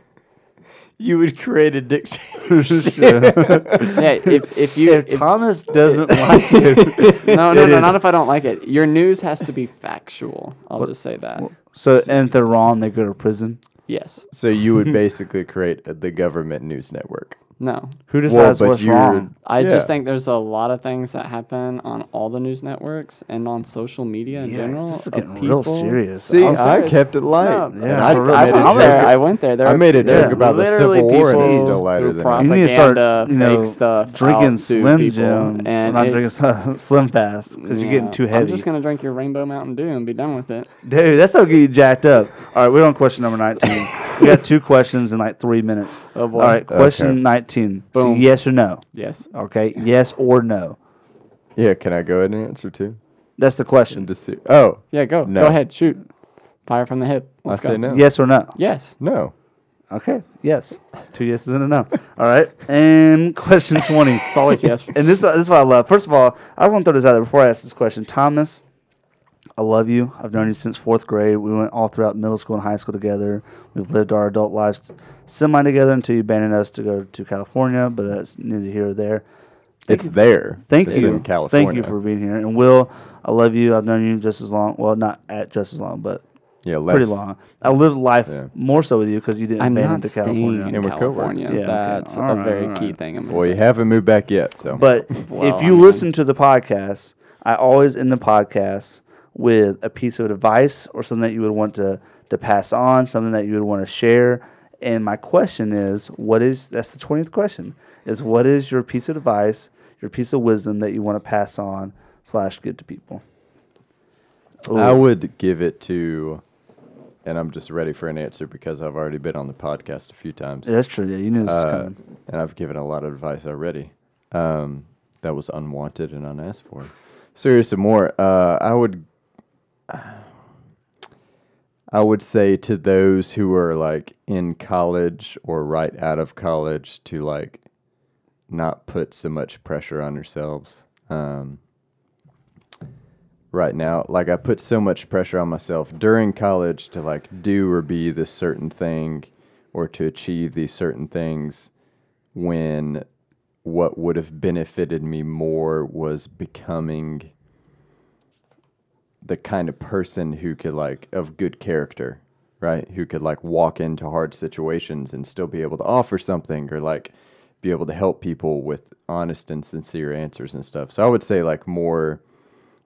Speaker 4: You would create a dictatorship.
Speaker 3: yeah, if, if you
Speaker 1: if
Speaker 3: if-
Speaker 1: Thomas doesn't like it,
Speaker 3: no no
Speaker 1: it
Speaker 3: no
Speaker 1: is-
Speaker 3: not if I don't like it. Your news has to be factual. I'll just say that.
Speaker 1: so and if they're wrong, they go to prison.
Speaker 3: yes.
Speaker 4: so you would basically create the government news network.
Speaker 3: No.
Speaker 1: Who decides
Speaker 4: but
Speaker 1: what's
Speaker 4: you're-
Speaker 1: wrong?
Speaker 3: I
Speaker 4: Yeah.
Speaker 3: just think there's a lot of things that happen on all the news networks and on social media in general.
Speaker 1: this is
Speaker 3: of
Speaker 1: getting real
Speaker 3: people-
Speaker 1: serious.
Speaker 4: See,
Speaker 1: I'm
Speaker 4: I
Speaker 3: serious.
Speaker 4: kept it light.
Speaker 3: No,
Speaker 4: and
Speaker 1: yeah,
Speaker 4: I,
Speaker 1: for real.
Speaker 4: I
Speaker 3: I
Speaker 4: made
Speaker 3: went
Speaker 4: a
Speaker 1: Thomas-
Speaker 3: there.
Speaker 4: joke-
Speaker 3: I went there. there
Speaker 4: I made a
Speaker 3: there
Speaker 4: joke
Speaker 3: are
Speaker 4: about the
Speaker 3: literally
Speaker 4: Civil War and it's
Speaker 3: people
Speaker 4: still lighter
Speaker 3: who
Speaker 4: than
Speaker 1: You need to start,
Speaker 3: propaganda
Speaker 1: you know,
Speaker 3: uh, fake stuff
Speaker 1: drinking
Speaker 3: out to
Speaker 1: Slim
Speaker 3: people,
Speaker 1: Jim.
Speaker 3: and
Speaker 1: And I'm
Speaker 3: it-
Speaker 1: drinking Slim- Slim Fast because you're getting
Speaker 3: yeah,
Speaker 1: too heavy.
Speaker 3: I'm just gonna drink your Rainbow Mountain Dew and be done with it.
Speaker 1: Dude, that's how get you jacked up. All right, we're on question number 19. we got two questions in like three minutes.
Speaker 3: Oh, boy.
Speaker 1: All right, question
Speaker 4: Okay.
Speaker 1: 19. So
Speaker 3: Boom.
Speaker 1: yes or no?
Speaker 3: Yes.
Speaker 1: Okay, yes or no?
Speaker 4: Yeah, can I go ahead and answer too?
Speaker 1: That's the
Speaker 4: And
Speaker 1: question.
Speaker 4: just see. Oh,
Speaker 3: Yeah. Go.
Speaker 4: No.
Speaker 3: Go ahead. Shoot. Fire from the hip.
Speaker 4: I
Speaker 3: Let's go.
Speaker 4: say no.
Speaker 1: Yes or no?
Speaker 3: Yes.
Speaker 4: No.
Speaker 1: Okay, yes. Two yeses and a no. All right, and question 20.
Speaker 3: It's always yes.
Speaker 1: And this, this is what I love. First of all, I want to throw this out there before I ask this question. Thomas, I love you. I've known you since fourth grade. We went all throughout middle school and high school together. We've lived our adult lives semi together until you abandoned us to go to California, but that's neither here or there.
Speaker 4: It's there.
Speaker 1: Thank
Speaker 4: It's
Speaker 1: you.
Speaker 4: in California.
Speaker 1: Thank you for being here. And Will, I love you. I've known you just as long. Well, not at just as long, but
Speaker 4: yeah, less.
Speaker 1: pretty long. I lived life
Speaker 4: Yeah.
Speaker 1: more so with you because you didn't
Speaker 3: I'm
Speaker 1: abandon
Speaker 3: not
Speaker 1: to
Speaker 3: staying
Speaker 1: California.
Speaker 3: in
Speaker 4: And we're
Speaker 3: California.
Speaker 1: coworkers. Yeah, okay.
Speaker 3: That's
Speaker 1: All
Speaker 3: a
Speaker 1: right,
Speaker 3: very
Speaker 1: all
Speaker 3: key
Speaker 1: right.
Speaker 3: thing. I'm gonna
Speaker 4: Well, you
Speaker 3: say.
Speaker 4: haven't moved back yet, so.
Speaker 1: But
Speaker 3: Well,
Speaker 1: if you
Speaker 3: I mean-
Speaker 1: listen to the podcast, I always end the podcast with a piece of advice or something that you would want to to pass on, something that you would want to share. And my question is, what is that's the twentieth question? Is what is your piece of advice, your piece of wisdom that you want to pass on slash give to people?
Speaker 4: I would give it to, and I'm just ready for an answer because I've already been on the podcast a few times.
Speaker 1: Yeah, that's true. Yeah, you knew this was
Speaker 4: Uh,
Speaker 1: coming.
Speaker 4: and I've given a lot of advice already um, that was unwanted and unasked for. Serious and more, uh, I would, I would say to those who are like in college or right out of college to like not put so much pressure on yourselves. Um, right now like i put so much pressure on myself during college to like do or be this certain thing or to achieve these certain things when what would have benefited me more was becoming the kind of person who could like of good character right who could like walk into hard situations and still be able to offer something or like be able to help people with honest and sincere answers and stuff so i would say like more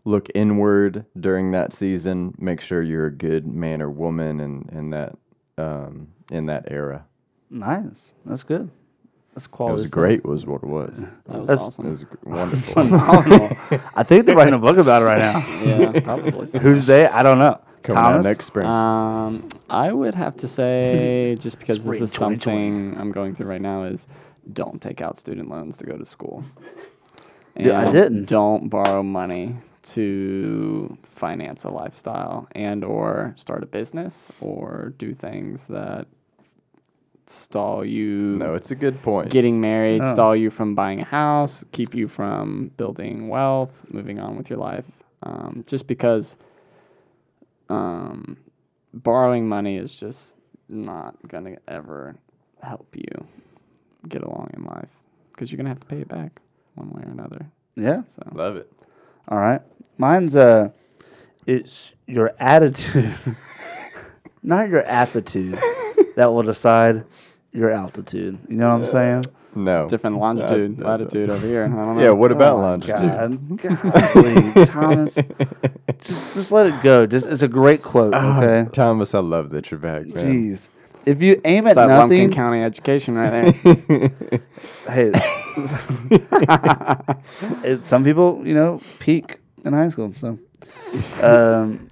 Speaker 4: look inward during that season make sure you're a good man or woman in, in that um, in that era
Speaker 1: Nice. That's good. That's
Speaker 4: it
Speaker 1: quality.
Speaker 4: was
Speaker 1: stuff.
Speaker 4: great was what it was
Speaker 3: That was
Speaker 1: That's-
Speaker 4: it
Speaker 3: awesome.
Speaker 4: was wonderful
Speaker 1: I think they're writing a book about it right now.
Speaker 3: yeah, probably. so.
Speaker 1: Who's they? I don't know.
Speaker 4: coming out
Speaker 1: Thomas.
Speaker 4: next spring
Speaker 3: Um, I would have to say, just because this
Speaker 1: Spring
Speaker 3: is
Speaker 1: 2020.
Speaker 3: something I'm going through right now, is don't take out student loans to go to school.
Speaker 1: Dude, I
Speaker 3: And
Speaker 1: didn't.
Speaker 3: Don't borrow money to finance a lifestyle and or start a business or do things that stall you
Speaker 4: no it's a good point
Speaker 3: getting married,
Speaker 1: Oh.
Speaker 3: stall you from buying a house, keep you from building wealth, moving on with your life. Um, just because um, borrowing money is just not going to ever help you get along in life because you're going to have to pay it back one way or another.
Speaker 1: Yeah.
Speaker 3: So
Speaker 4: love it
Speaker 1: All right. Mine's uh it's your attitude. Not your aptitude that will decide your altitude. You know what I'm saying?
Speaker 4: No.
Speaker 3: Different longitude,
Speaker 4: Uh, uh,
Speaker 3: latitude over here. I don't know.
Speaker 4: Yeah, what about
Speaker 1: Oh my
Speaker 4: longitude?
Speaker 1: God. Golly, Thomas. Just just let it go. Just it's a great quote,
Speaker 4: Oh,
Speaker 1: okay?
Speaker 4: Thomas, I love that you're back, man.
Speaker 1: Jeez. If you aim
Speaker 3: It's
Speaker 1: at
Speaker 3: that
Speaker 1: nothing,
Speaker 3: Lumpkin County education right there.
Speaker 1: hey, it, some people, you know, peak in high school. So, um,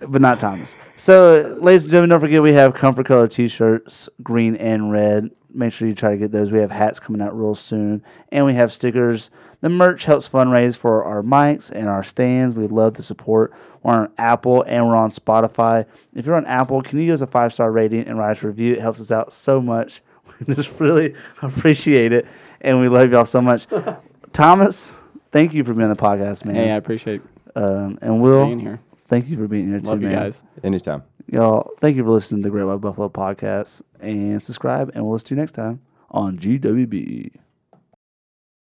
Speaker 1: but not Thomas. So, ladies and gentlemen, don't forget we have comfort color T-shirts, green and red. Make sure you try to get those. We have hats coming out real soon, and we have stickers. The merch helps fundraise for our mics and our stands. We love the support. We're on Apple and we're on Spotify. If you're on Apple, can you give us a five star rating and write us a review? It helps us out so much. We just really appreciate it, and we love y'all so much. Thomas, thank you for being on the podcast, man.
Speaker 3: hey, I appreciate
Speaker 1: um, and Will,
Speaker 3: being here.
Speaker 1: thank you for being here
Speaker 3: Love
Speaker 1: too,
Speaker 3: you
Speaker 1: man.
Speaker 3: guys.
Speaker 4: Anytime.
Speaker 1: Y'all, thank you for listening to the Great White Buffalo podcast and subscribe, and we'll see you next time on GWB.